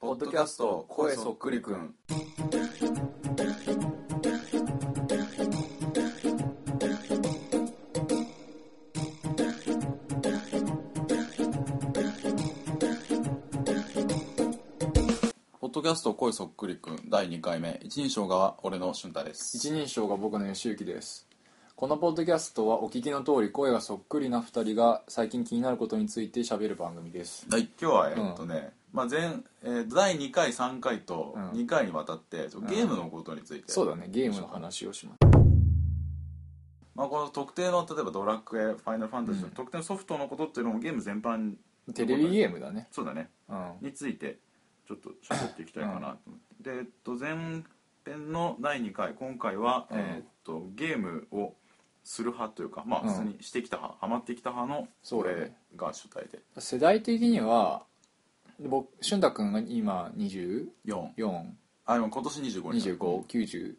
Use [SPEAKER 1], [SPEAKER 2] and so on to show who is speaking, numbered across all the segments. [SPEAKER 1] ドキャスト声そっくりくん。ポッドキャスト声そっくりくん第2回目一人称側俺の俊太です
[SPEAKER 2] 一人称が僕の吉行ですこのポッドキャストはお聞きの通り声がそっくりな2人が最近気になることについて喋る番組です
[SPEAKER 1] はい、今日はえっとね、まあ前えー第2回3回と
[SPEAKER 2] うん
[SPEAKER 1] 2回にわたって、ちょゲームのことについて、
[SPEAKER 2] そうだねゲームの話をします
[SPEAKER 1] まあ、この特定の例えば「ドラクエ」「ファイナルファンタジー」の
[SPEAKER 2] うん
[SPEAKER 1] 特定のソフトのことっていうのもゲーム全般
[SPEAKER 2] テレビゲームだね
[SPEAKER 1] そうだね
[SPEAKER 2] うん
[SPEAKER 1] についてちょっと喋っていきたいかなと思って、で、えっと、前編の第2回今回は、
[SPEAKER 2] うん
[SPEAKER 1] えっとゲームをする派というかまあ
[SPEAKER 2] うん
[SPEAKER 1] 普通にしてきた派、ハマってきた派の
[SPEAKER 2] そうだ
[SPEAKER 1] 俺
[SPEAKER 2] ね
[SPEAKER 1] が主体で
[SPEAKER 2] 世代的には僕俊太君が今
[SPEAKER 1] 4
[SPEAKER 2] 242591
[SPEAKER 1] あ今今年25になる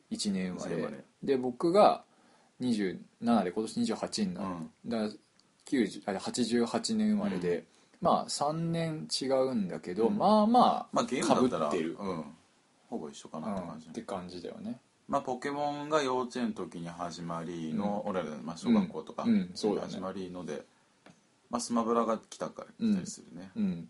[SPEAKER 2] 年生ま
[SPEAKER 1] 生
[SPEAKER 2] れ
[SPEAKER 1] まれ
[SPEAKER 2] で僕が27で今年28になる、だから90あ88年生まれで、まあ3年違うんだけど、
[SPEAKER 1] うん
[SPEAKER 2] まあまあ
[SPEAKER 1] まあゲームだったら
[SPEAKER 2] 被ってる
[SPEAKER 1] うん、ほぼ一緒かなって
[SPEAKER 2] うん
[SPEAKER 1] 感じ、
[SPEAKER 2] って感じだよね
[SPEAKER 1] まあ、ポケモンが幼稚園の時に始まりの、俺らの、まあ、小学校とか
[SPEAKER 2] うんうんそうだね
[SPEAKER 1] 始まりので、まあ、スマブラが来たから来たりするね、
[SPEAKER 2] うん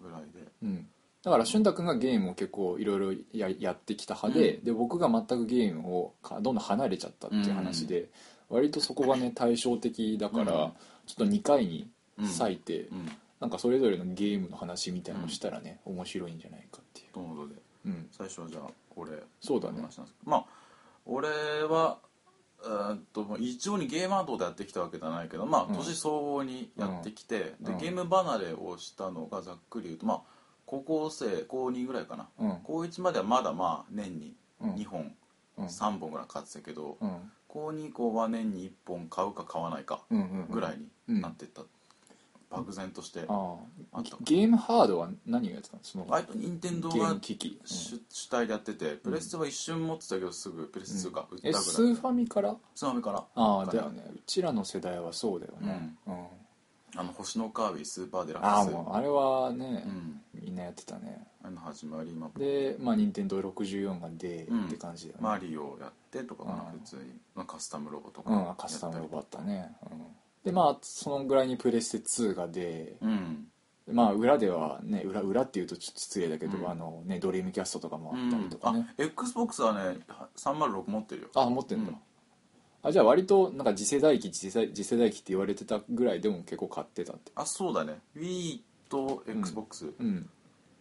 [SPEAKER 1] ぐらいで
[SPEAKER 2] うんだから俊太君がゲームを結構いろいろややってきた派で,、で僕が全くゲームをかどんどん離れちゃったっていう話で、割とそこがね対照的だから、
[SPEAKER 1] うん
[SPEAKER 2] ちょっと2回に割いて、
[SPEAKER 1] うん
[SPEAKER 2] なんかそれぞれのゲームの話みたいなのをしたらね、面白いんじゃないかっていう、
[SPEAKER 1] とのことで
[SPEAKER 2] うん、
[SPEAKER 1] 最初はじゃあ俺の
[SPEAKER 2] そうだ
[SPEAKER 1] 話
[SPEAKER 2] ね
[SPEAKER 1] なんですけど、まあ俺はえーっとまあ一応にゲーマーとでやってきたわけじゃないけどまあ
[SPEAKER 2] うん
[SPEAKER 1] 年相応にやってきて、
[SPEAKER 2] うん
[SPEAKER 1] でゲーム離れをしたのがざっくり言うとまあ高校生高2ぐらいかな
[SPEAKER 2] うん
[SPEAKER 1] 高1まではまだまあ年に
[SPEAKER 2] うん
[SPEAKER 1] 2本、
[SPEAKER 2] うん
[SPEAKER 1] 3本ぐらい買ってたけど、
[SPEAKER 2] うん
[SPEAKER 1] 高2以降は年に1本買うか買わないか
[SPEAKER 2] うんうん
[SPEAKER 1] ぐら
[SPEAKER 2] い
[SPEAKER 1] い
[SPEAKER 2] うん
[SPEAKER 1] になってった、漠然として
[SPEAKER 2] あ
[SPEAKER 1] あ
[SPEAKER 2] あ
[SPEAKER 1] った
[SPEAKER 2] ゲームハードは何をやってたのその
[SPEAKER 1] 割と任天堂
[SPEAKER 2] ゲー
[SPEAKER 1] が
[SPEAKER 2] ム機器、
[SPEAKER 1] 主,、主体でやっててプレステは一瞬持ってたけどすぐプレステ2が売った
[SPEAKER 2] え
[SPEAKER 1] ぐらい、
[SPEAKER 2] スーファミから
[SPEAKER 1] つまみから
[SPEAKER 2] ああだよねうちらの世代はそうだよね、うん
[SPEAKER 1] あの星のカービィスーパーデラ
[SPEAKER 2] ああ
[SPEAKER 1] ックス
[SPEAKER 2] もうあれはね、
[SPEAKER 1] うん
[SPEAKER 2] みんなやってたね
[SPEAKER 1] あの始まりまあ
[SPEAKER 2] でまあ任天堂64が出
[SPEAKER 1] うん
[SPEAKER 2] って感じだよね、
[SPEAKER 1] マリオやってとかかな
[SPEAKER 2] うん
[SPEAKER 1] 普通にまあカスタムロボとか
[SPEAKER 2] うん、カスタムロボあったね、うん、でまあそのぐらいにプレステ2が出
[SPEAKER 1] うん
[SPEAKER 2] まあ裏ではね裏裏っていうとちょっと失礼だけど、
[SPEAKER 1] うん
[SPEAKER 2] あのねドリームキャストとかも
[SPEAKER 1] う
[SPEAKER 2] あったり
[SPEAKER 1] ん
[SPEAKER 2] とか
[SPEAKER 1] あ
[SPEAKER 2] ね、
[SPEAKER 1] XBOX はね306持ってるよ
[SPEAKER 2] あ持ってんだ、
[SPEAKER 1] うん
[SPEAKER 2] あじゃあ割となんか次世代機次世代次世代機って言われてたぐらいでも結構買ってたって
[SPEAKER 1] あそうだね Wii と XBOX、
[SPEAKER 2] うん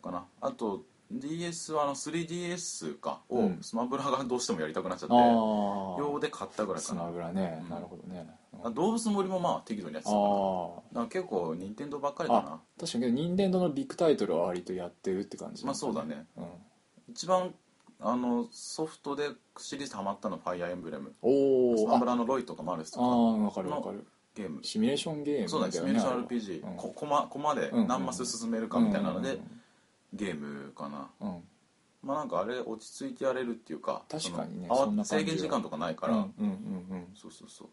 [SPEAKER 1] かなあと DS はあの 3DS か
[SPEAKER 2] う
[SPEAKER 1] を
[SPEAKER 2] ん
[SPEAKER 1] スマブラがどうしてもやりたくなっちゃって、
[SPEAKER 2] あ
[SPEAKER 1] 用で買ったぐ
[SPEAKER 2] あ
[SPEAKER 1] らい
[SPEAKER 2] ス
[SPEAKER 1] か
[SPEAKER 2] マ
[SPEAKER 1] な
[SPEAKER 2] ブラね、
[SPEAKER 1] うん
[SPEAKER 2] なるほどね、うん
[SPEAKER 1] あ動物森もまあ適度にやってたかな
[SPEAKER 2] あ
[SPEAKER 1] だから結構任天堂ばっかりだ
[SPEAKER 2] あ
[SPEAKER 1] な
[SPEAKER 2] 確かにけど任天堂のビッグタイトルは割とやってるって感じ
[SPEAKER 1] まあそうだね
[SPEAKER 2] うん、
[SPEAKER 1] 一番あのソフトでシリーズハマったのファイアーエンブレムス
[SPEAKER 2] おお
[SPEAKER 1] マブ
[SPEAKER 2] あ
[SPEAKER 1] ラのロイとかマルス
[SPEAKER 2] あ
[SPEAKER 1] とか
[SPEAKER 2] ーわかるわかる
[SPEAKER 1] ゲーム
[SPEAKER 2] シミュレーションゲーム
[SPEAKER 1] そうだねシミュレーション RPG、
[SPEAKER 2] うん
[SPEAKER 1] こコマコマで
[SPEAKER 2] うん
[SPEAKER 1] 何マス進めるかみたいなので、
[SPEAKER 2] うん
[SPEAKER 1] ゲームかな
[SPEAKER 2] うんうん
[SPEAKER 1] まあなんかあれ落ち着いてやれるっていうか
[SPEAKER 2] 確かにね
[SPEAKER 1] その
[SPEAKER 2] そんな感じ
[SPEAKER 1] 制
[SPEAKER 2] は
[SPEAKER 1] 限時間とかないから、
[SPEAKER 2] うんうんうんうん
[SPEAKER 1] そうそうそうっ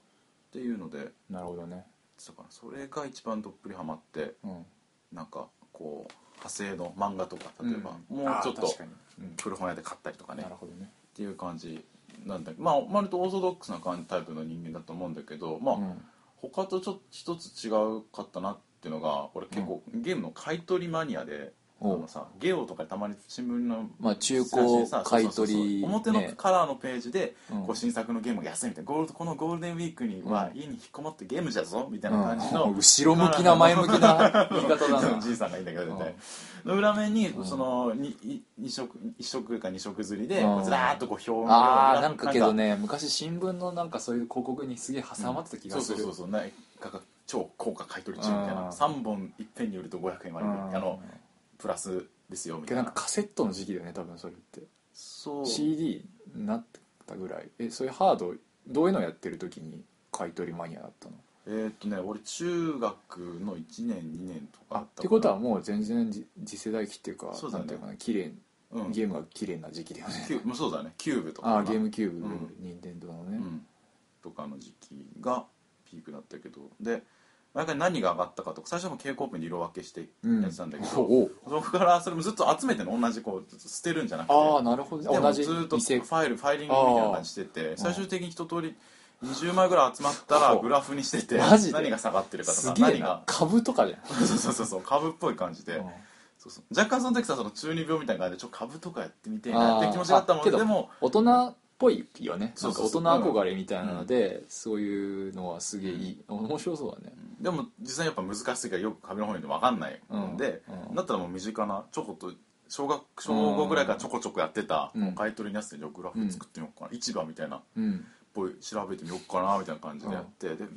[SPEAKER 1] ていうので
[SPEAKER 2] なるほどね、
[SPEAKER 1] だからそれが一番どっぷりハマって
[SPEAKER 2] うん、
[SPEAKER 1] なんかこう派生の漫画とか例えば、もう
[SPEAKER 2] あー
[SPEAKER 1] ちょっと
[SPEAKER 2] 確かに、うん
[SPEAKER 1] 古本屋で買ったりとかね
[SPEAKER 2] なるほどね、
[SPEAKER 1] っていう感じなんだけどまあ割とオーソドックスな感じタイプの人間だと思うんだけどまあ、
[SPEAKER 2] うん
[SPEAKER 1] 他とちょっと一つ違うかったなっていうのが俺結構、ゲームの買い取りマニアで。あ
[SPEAKER 2] おう
[SPEAKER 1] のさゲオとかでたまに新聞の
[SPEAKER 2] まあ中古
[SPEAKER 1] 冊子でさ
[SPEAKER 2] 買い取り
[SPEAKER 1] そうそうそう表
[SPEAKER 2] ね
[SPEAKER 1] のカラーのページで、
[SPEAKER 2] うん
[SPEAKER 1] こう新作のゲームが安いみたいなゴールドこのゴールデンウィークには
[SPEAKER 2] うん
[SPEAKER 1] 家に引きこもってゲームじゃぞみたいな感じの、
[SPEAKER 2] うん後ろ向きな 前向きな言い方だ
[SPEAKER 1] そ
[SPEAKER 2] な
[SPEAKER 1] うじいさんがいいんだけど絶対の裏面にそのにい二色一色か二色刷りでず
[SPEAKER 2] うん
[SPEAKER 1] らーっとこう表面
[SPEAKER 2] ああなんかけどね昔新聞のなんかそういう広告にすげえ挟まってた気がする、
[SPEAKER 1] そうそうそうそうなんか超高価買い取り中みたい
[SPEAKER 2] うん
[SPEAKER 1] な三本いっぺんに売ると500円割
[SPEAKER 2] う
[SPEAKER 1] り
[SPEAKER 2] ん
[SPEAKER 1] あのプラスですよみた
[SPEAKER 2] け
[SPEAKER 1] い
[SPEAKER 2] どな
[SPEAKER 1] なん
[SPEAKER 2] かカセットの時期だよね多分それって
[SPEAKER 1] そう
[SPEAKER 2] CD になってたぐらいえそういうハードどういうのやってる時に買い取りマニアだったの
[SPEAKER 1] えーっとね俺中学の1年2年とかだ
[SPEAKER 2] あ
[SPEAKER 1] っ
[SPEAKER 2] ったてことはもう全然じ次世代機っていうか
[SPEAKER 1] そうだね
[SPEAKER 2] なんていうかな綺麗
[SPEAKER 1] うん
[SPEAKER 2] ゲームが綺麗な時期だよね、
[SPEAKER 1] キューもうそうだねキューブとか
[SPEAKER 2] あ
[SPEAKER 1] か
[SPEAKER 2] あ
[SPEAKER 1] な
[SPEAKER 2] ゲームキューブ、
[SPEAKER 1] うん
[SPEAKER 2] 任天堂のね、
[SPEAKER 1] うん、とかの時期がピークだったけどで毎回何が上がったかとか最初も蛍光ペンで色分けしてやってたんだけど、
[SPEAKER 2] お
[SPEAKER 1] そこからそれもずっと集めての同じこう捨てるんじゃなくて
[SPEAKER 2] ああなるほど
[SPEAKER 1] で
[SPEAKER 2] ね
[SPEAKER 1] も
[SPEAKER 2] 同じ
[SPEAKER 1] ずっとフ
[SPEAKER 2] 店
[SPEAKER 1] ァイルファイリングみたいな感じしてて最終的に一通り20枚ぐらい集まったら
[SPEAKER 2] ほう
[SPEAKER 1] グラフにしてて
[SPEAKER 2] マジで
[SPEAKER 1] 何が下がってるかと
[SPEAKER 2] す
[SPEAKER 1] か
[SPEAKER 2] げえ
[SPEAKER 1] 何
[SPEAKER 2] な
[SPEAKER 1] が
[SPEAKER 2] 株とかじゃん
[SPEAKER 1] そうそうそうそう株っぽい感じでそうそう若干その時さその中二病みたいな感じでちょっと株とかやってみてえなって気持ちがあったもん
[SPEAKER 2] あーあけど
[SPEAKER 1] でも
[SPEAKER 2] 大人っぽいよね
[SPEAKER 1] そう
[SPEAKER 2] な
[SPEAKER 1] ん
[SPEAKER 2] か
[SPEAKER 1] そうそ
[SPEAKER 2] 大人
[SPEAKER 1] う
[SPEAKER 2] 憧れみたいなので、そういうのはすげえいい、面白そうだね
[SPEAKER 1] でも実際やっぱ難しいからよく紙の本読んで分かんないので、
[SPEAKER 2] うんうん
[SPEAKER 1] だったらもう身近なちょこっと小学小5ぐらいからちょこちょこやってた、
[SPEAKER 2] うん
[SPEAKER 1] 買い取りのやつでじゃあグラフ作ってみようかな、市場みたいな
[SPEAKER 2] うん
[SPEAKER 1] ぽい調べてみようかなみたいな感じでやって、でね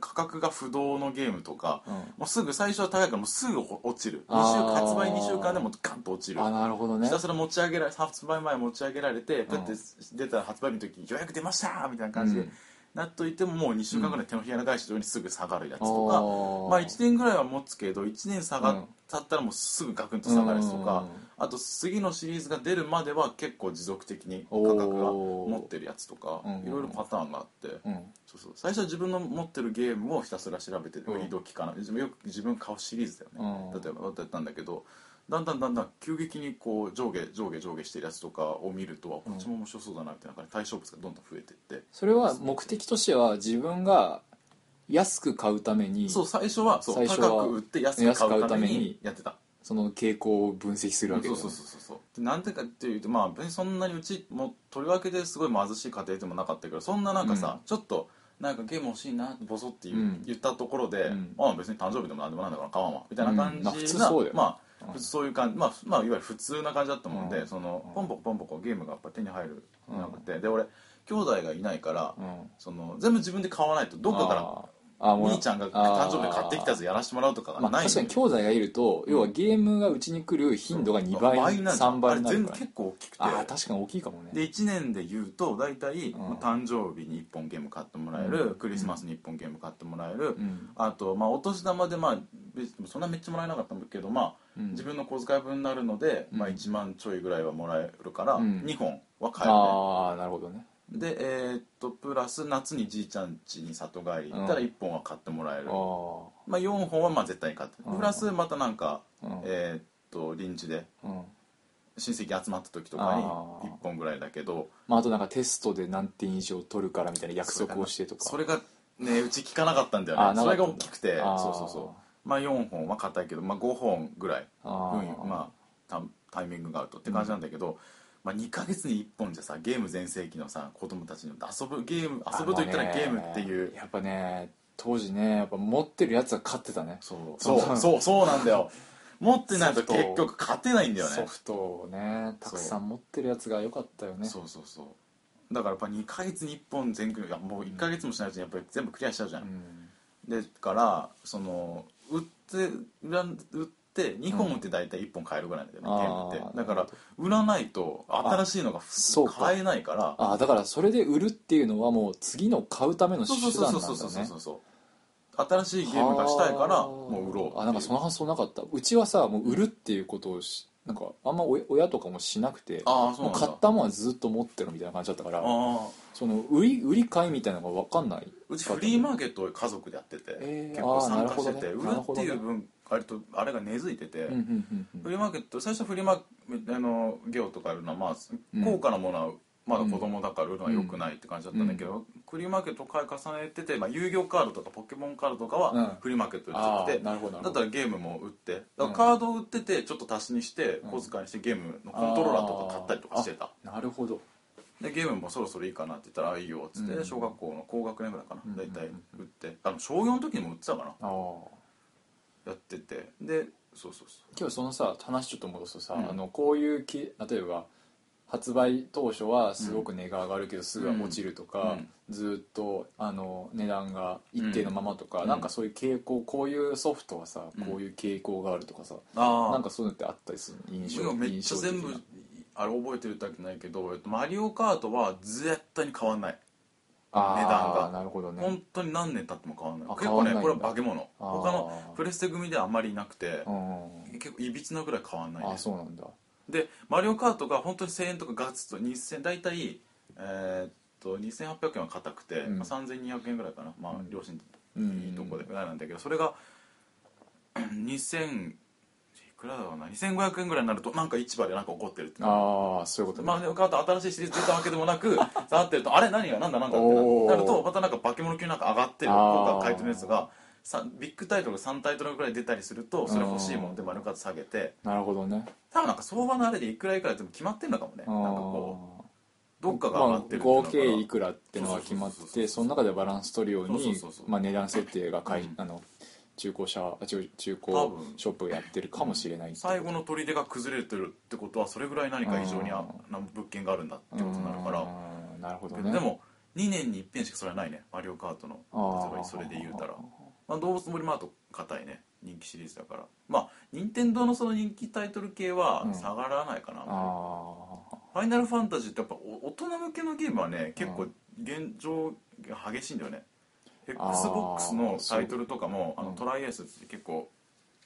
[SPEAKER 1] 価格が不動のゲームとか、
[SPEAKER 2] うん
[SPEAKER 1] もうすぐ最初は高いからもうすぐ落ちる
[SPEAKER 2] あ
[SPEAKER 1] 2週
[SPEAKER 2] ー
[SPEAKER 1] 発売2週間でもうガンと落ちる
[SPEAKER 2] あなるほどね
[SPEAKER 1] ひたすら持ち上げられ発売前持ち上げられてだって
[SPEAKER 2] うん
[SPEAKER 1] 出た発売日の時予約出ましたみたいな感じで、
[SPEAKER 2] うん
[SPEAKER 1] なっといてももう2週間ぐらい手のひら返しのようにすぐ下がるやつ
[SPEAKER 2] あ
[SPEAKER 1] とか、
[SPEAKER 2] ー
[SPEAKER 1] まあ1年ぐらいは持つけど1年下が
[SPEAKER 2] うん
[SPEAKER 1] 経ったらもうすぐガクンと下がるやつとか、
[SPEAKER 2] うん
[SPEAKER 1] あと次のシリーズが出るまでは結構持続的に価格が持ってるやつとか
[SPEAKER 2] おー
[SPEAKER 1] いろいろパターンがあって、
[SPEAKER 2] うん
[SPEAKER 1] そうそう最初は自分の持ってるゲームをひたすら調べて
[SPEAKER 2] うん
[SPEAKER 1] 売り時かな、自分よく自分買うシリーズだよね、
[SPEAKER 2] うん
[SPEAKER 1] 例えばだったんだけどだんだんだんだん急激にこう上下上下上下してるやつとかを見ると、あこっちも面白そうだなみたいな感じで対象物がどんどん増えてって
[SPEAKER 2] それは目的としては自分が安く買うために
[SPEAKER 1] そう最初はそう
[SPEAKER 2] 最初は
[SPEAKER 1] 高く売って安く買うために
[SPEAKER 2] 安く買うために
[SPEAKER 1] やってた
[SPEAKER 2] その傾向を分析するわけだ
[SPEAKER 1] そ
[SPEAKER 2] よ
[SPEAKER 1] う
[SPEAKER 2] ね
[SPEAKER 1] そうそうそうそうでなんでかっていうとまあ別にそんなにうちもうとりわけですごい貧しい家庭でもなかったけどそんななんかさ、ちょっとなんかゲーム欲しいなボソって言,、
[SPEAKER 2] うん
[SPEAKER 1] 言ったところで、
[SPEAKER 2] ん
[SPEAKER 1] まあ別に誕生日でもなんでもなんだから買わんわみたいな感じな、
[SPEAKER 2] うんまあ普通そうだよ
[SPEAKER 1] まあ
[SPEAKER 2] うん
[SPEAKER 1] 普通そういう感じ、まあ、ふまあいわゆる普通な感じだったもんで、
[SPEAKER 2] うん
[SPEAKER 1] その
[SPEAKER 2] うん
[SPEAKER 1] ポンポコポンポコゲームがやっぱ手に入るなくて、で俺兄弟がいないから、
[SPEAKER 2] うん
[SPEAKER 1] その全部自分で買わないとどっかから
[SPEAKER 2] ら
[SPEAKER 1] お兄ちゃんが誕生日で買ってきたやつやらしてもらうとかが
[SPEAKER 2] まあ、
[SPEAKER 1] ないん
[SPEAKER 2] 確
[SPEAKER 1] で
[SPEAKER 2] かに兄弟がいると、要はゲームがうちに来る頻度が2倍
[SPEAKER 1] 倍なんじゃん
[SPEAKER 2] 3倍にな
[SPEAKER 1] あれ
[SPEAKER 2] る
[SPEAKER 1] 全
[SPEAKER 2] か
[SPEAKER 1] 部
[SPEAKER 2] ら、
[SPEAKER 1] 結構大きくて
[SPEAKER 2] ああ確かに大きいかもね
[SPEAKER 1] で1年で言うと大体、
[SPEAKER 2] うん
[SPEAKER 1] まあ誕生日に1本ゲーム買ってもらえる、
[SPEAKER 2] うん
[SPEAKER 1] クリスマスに1本ゲーム買ってもらえる、
[SPEAKER 2] うん
[SPEAKER 1] あと、まあ、お年玉で、まあ、別にそんなめっちゃもらえなかったんだけど、まあ
[SPEAKER 2] うん
[SPEAKER 1] 自分の小遣い分になるので、
[SPEAKER 2] うん
[SPEAKER 1] まあ、1万ちょいぐらいはもらえるから、
[SPEAKER 2] うん
[SPEAKER 1] 2本は買えるね、
[SPEAKER 2] ああなるほどね
[SPEAKER 1] でえーっとプラス夏にじいちゃん家に里帰り行ったら
[SPEAKER 2] うん
[SPEAKER 1] 1本は買ってもらえる、
[SPEAKER 2] ああ
[SPEAKER 1] まあ、4本はまあ絶対に買って
[SPEAKER 2] うん
[SPEAKER 1] プラスまたなんか、
[SPEAKER 2] うん
[SPEAKER 1] えーっと臨時で
[SPEAKER 2] うん
[SPEAKER 1] 親戚集まった時とかに1本ぐらいだけど。
[SPEAKER 2] まあ、あとなんかテストで何点以上取るからみたいな約束をしてとか
[SPEAKER 1] それがねうち聞かなかったんだよ
[SPEAKER 2] あ
[SPEAKER 1] ね
[SPEAKER 2] な
[SPEAKER 1] そ
[SPEAKER 2] か
[SPEAKER 1] れ
[SPEAKER 2] った
[SPEAKER 1] が
[SPEAKER 2] んだ
[SPEAKER 1] 大きくて
[SPEAKER 2] あー
[SPEAKER 1] そうそうそうまあ4本は硬いけど、まあ、5本ぐらい
[SPEAKER 2] あー
[SPEAKER 1] うんまあタタイミングが合うとって感じなんだけど、まあ、2ヶ月に1本じゃさゲーム全盛期のさ子供たちの遊ぶゲーム遊ぶと言ったらゲームってい
[SPEAKER 2] あ
[SPEAKER 1] う
[SPEAKER 2] のねやっぱね当時ねやっぱ持ってるやつは勝ってたね
[SPEAKER 1] そう
[SPEAKER 2] そう
[SPEAKER 1] そうそうそうなんだよ持ってないと
[SPEAKER 2] ソフト
[SPEAKER 1] 結局勝てないんだよね
[SPEAKER 2] ソフトをねたくさん持ってるやつが良かったよね
[SPEAKER 1] そうそうそうだからやっぱ2ヶ月に1本全クリいやもう1ヶ月もしないうちにやっぱり全部クリアしちゃうじゃん
[SPEAKER 2] うん
[SPEAKER 1] でからその売って売らん売って2本売って大体1本買えるぐらいなんだよね、
[SPEAKER 2] うん
[SPEAKER 1] ゲームっ
[SPEAKER 2] あ
[SPEAKER 1] て
[SPEAKER 2] ー
[SPEAKER 1] だから売らないと新しいのが
[SPEAKER 2] そうか
[SPEAKER 1] 買えないから
[SPEAKER 2] ああだからそれで売るっていうのはもう次の買うための手
[SPEAKER 1] そう
[SPEAKER 2] 段
[SPEAKER 1] そう
[SPEAKER 2] なんだ
[SPEAKER 1] そ
[SPEAKER 2] ね
[SPEAKER 1] うそうそうそうそう新しいゲームがしたいからもう売ろうっていう
[SPEAKER 2] あなんかその発想なかったうちはさもう売るっていうことをしなんかあんま親親とかもしなくて
[SPEAKER 1] ああそう
[SPEAKER 2] も
[SPEAKER 1] な
[SPEAKER 2] うん
[SPEAKER 1] だ
[SPEAKER 2] 買ったもんはずっと持ってるみたいな感じだったから
[SPEAKER 1] ああ
[SPEAKER 2] その売り売り買いみたいなのが分かんないう
[SPEAKER 1] ちフリーマーケットを家族でやってて、
[SPEAKER 2] えー
[SPEAKER 1] 結構参加してて、
[SPEAKER 2] あー
[SPEAKER 1] 売
[SPEAKER 2] な
[SPEAKER 1] る
[SPEAKER 2] る
[SPEAKER 1] っ
[SPEAKER 2] ほ
[SPEAKER 1] ていう
[SPEAKER 2] どねなるほ
[SPEAKER 1] 分割とあれが根付いてて、
[SPEAKER 2] うんうんうんう
[SPEAKER 1] フ
[SPEAKER 2] ん
[SPEAKER 1] リーマーケット最初フリーマーあの業とかやるのはまあ
[SPEAKER 2] うん
[SPEAKER 1] 高価なものはまだ子供だから売るのは良くないって感じだったんだけど、フリーマーケットを買い重ねてて、まあ、遊戯王カードとかポケモンカードとか
[SPEAKER 2] うん
[SPEAKER 1] はフリーマーケットで売
[SPEAKER 2] あ
[SPEAKER 1] って
[SPEAKER 2] あ
[SPEAKER 1] て、
[SPEAKER 2] なるほどな
[SPEAKER 1] だ
[SPEAKER 2] る
[SPEAKER 1] っ
[SPEAKER 2] ほ
[SPEAKER 1] た
[SPEAKER 2] ど
[SPEAKER 1] らゲームも売ってだ
[SPEAKER 2] うん
[SPEAKER 1] からカードを売っててちょっと足しにして
[SPEAKER 2] うん
[SPEAKER 1] 小遣いにしてゲームのコントローラーとか買ったりとかしてた
[SPEAKER 2] なるほど
[SPEAKER 1] でゲームもそろそろいいかなって言ったら「あいいよ」っつって、
[SPEAKER 2] うん
[SPEAKER 1] 小学校の高学年ぐらいかな
[SPEAKER 2] うん
[SPEAKER 1] 大体売ってあの小4の時にも売ってたかな
[SPEAKER 2] ああ
[SPEAKER 1] やっててでそうそうそう
[SPEAKER 2] 今日そのさ話ちょっと戻すとさ、
[SPEAKER 1] うん
[SPEAKER 2] あのこういうき例えば発売当初はすごく値が上がるけどすぐは落ちるとか、
[SPEAKER 1] うん
[SPEAKER 2] ずっとあの値段が一定のままと
[SPEAKER 1] う
[SPEAKER 2] か、
[SPEAKER 1] ん
[SPEAKER 2] なんかそういう傾向こういうソフトはさ、
[SPEAKER 1] うん
[SPEAKER 2] こういう傾向があるとかさ、
[SPEAKER 1] あ
[SPEAKER 2] なんかそういうのってあったりする印
[SPEAKER 1] いや
[SPEAKER 2] 象
[SPEAKER 1] めっちゃ全部あれ覚えてるだけないけどえっとマリオカートは絶対に変わんない、
[SPEAKER 2] 値
[SPEAKER 1] 段が
[SPEAKER 2] なるほどね
[SPEAKER 1] 本当に何年経っても変わんない
[SPEAKER 2] あ
[SPEAKER 1] 結構ね
[SPEAKER 2] 変わん
[SPEAKER 1] これ
[SPEAKER 2] ない
[SPEAKER 1] は
[SPEAKER 2] んだ
[SPEAKER 1] 化け物
[SPEAKER 2] あー
[SPEAKER 1] 他のプレステ組ではあんまりいなくて
[SPEAKER 2] うん
[SPEAKER 1] 結構いびつなぐらい変わんない、ね
[SPEAKER 2] あ、そうなんだ
[SPEAKER 1] でマリオカートが本当に1000円とかガツと2000大体えーっと2800円は硬くて、
[SPEAKER 2] うん
[SPEAKER 1] まあ、3200円ぐらいかな、まあ
[SPEAKER 2] う、ん
[SPEAKER 1] 両親
[SPEAKER 2] うん
[SPEAKER 1] いいとこでなんだけどそれが2000いくらだろうな2500円ぐらいになるとなんか市場でなんか起こってるって
[SPEAKER 2] ああそういうことね、
[SPEAKER 1] まあ、でもあと新しいシリーズ出たわけでもな く触ってるとあれ何が何だ何だって
[SPEAKER 2] おー
[SPEAKER 1] ななるとまたなんか化け物級なんか上がってる
[SPEAKER 2] あー
[SPEAKER 1] 今回タイトルのやつがさビッグタイトルが3タイトルぐらい出たりするとそれ欲しいもんで丸かつ下げて
[SPEAKER 2] なるほどね
[SPEAKER 1] 多分なんか相場のあれでいくらいくらっても決まってるのかもね
[SPEAKER 2] あ
[SPEAKER 1] なんかこ
[SPEAKER 2] ー
[SPEAKER 1] うどっかが上がってるってい
[SPEAKER 2] まあ
[SPEAKER 1] うの
[SPEAKER 2] 合
[SPEAKER 1] が
[SPEAKER 2] 計いくらってのが決まっ
[SPEAKER 1] そうそうそうそう
[SPEAKER 2] てその中でバランス取るよう
[SPEAKER 1] そう
[SPEAKER 2] に
[SPEAKER 1] そうそうそう
[SPEAKER 2] まあ値段設定がかい
[SPEAKER 1] うん
[SPEAKER 2] あの中古車あ中中古
[SPEAKER 1] 多分
[SPEAKER 2] ショップがやってるかもしれないってこと
[SPEAKER 1] 最後の砦が崩れてるってことはそれぐらい何か異常にあな物件があるんだってことになるから、
[SPEAKER 2] うんなるほど
[SPEAKER 1] け
[SPEAKER 2] ね
[SPEAKER 1] どでも2年に一遍しかそれはないねマリオカートの
[SPEAKER 2] あー
[SPEAKER 1] それそれで言うたらまあ、動物森マート硬いね人気シリーズだからまあ任天堂のその人気タイトル系は
[SPEAKER 2] うん
[SPEAKER 1] 下がらないかな、フ
[SPEAKER 2] あ
[SPEAKER 1] ァイナルファンタジーってやっぱお大人向けのゲームはね結
[SPEAKER 2] う
[SPEAKER 1] 構
[SPEAKER 2] ん
[SPEAKER 1] 現状が激しいんだよね、
[SPEAKER 2] あー
[SPEAKER 1] XBOX のタイトルとかもあ
[SPEAKER 2] そう
[SPEAKER 1] の
[SPEAKER 2] うん
[SPEAKER 1] トライアースって結構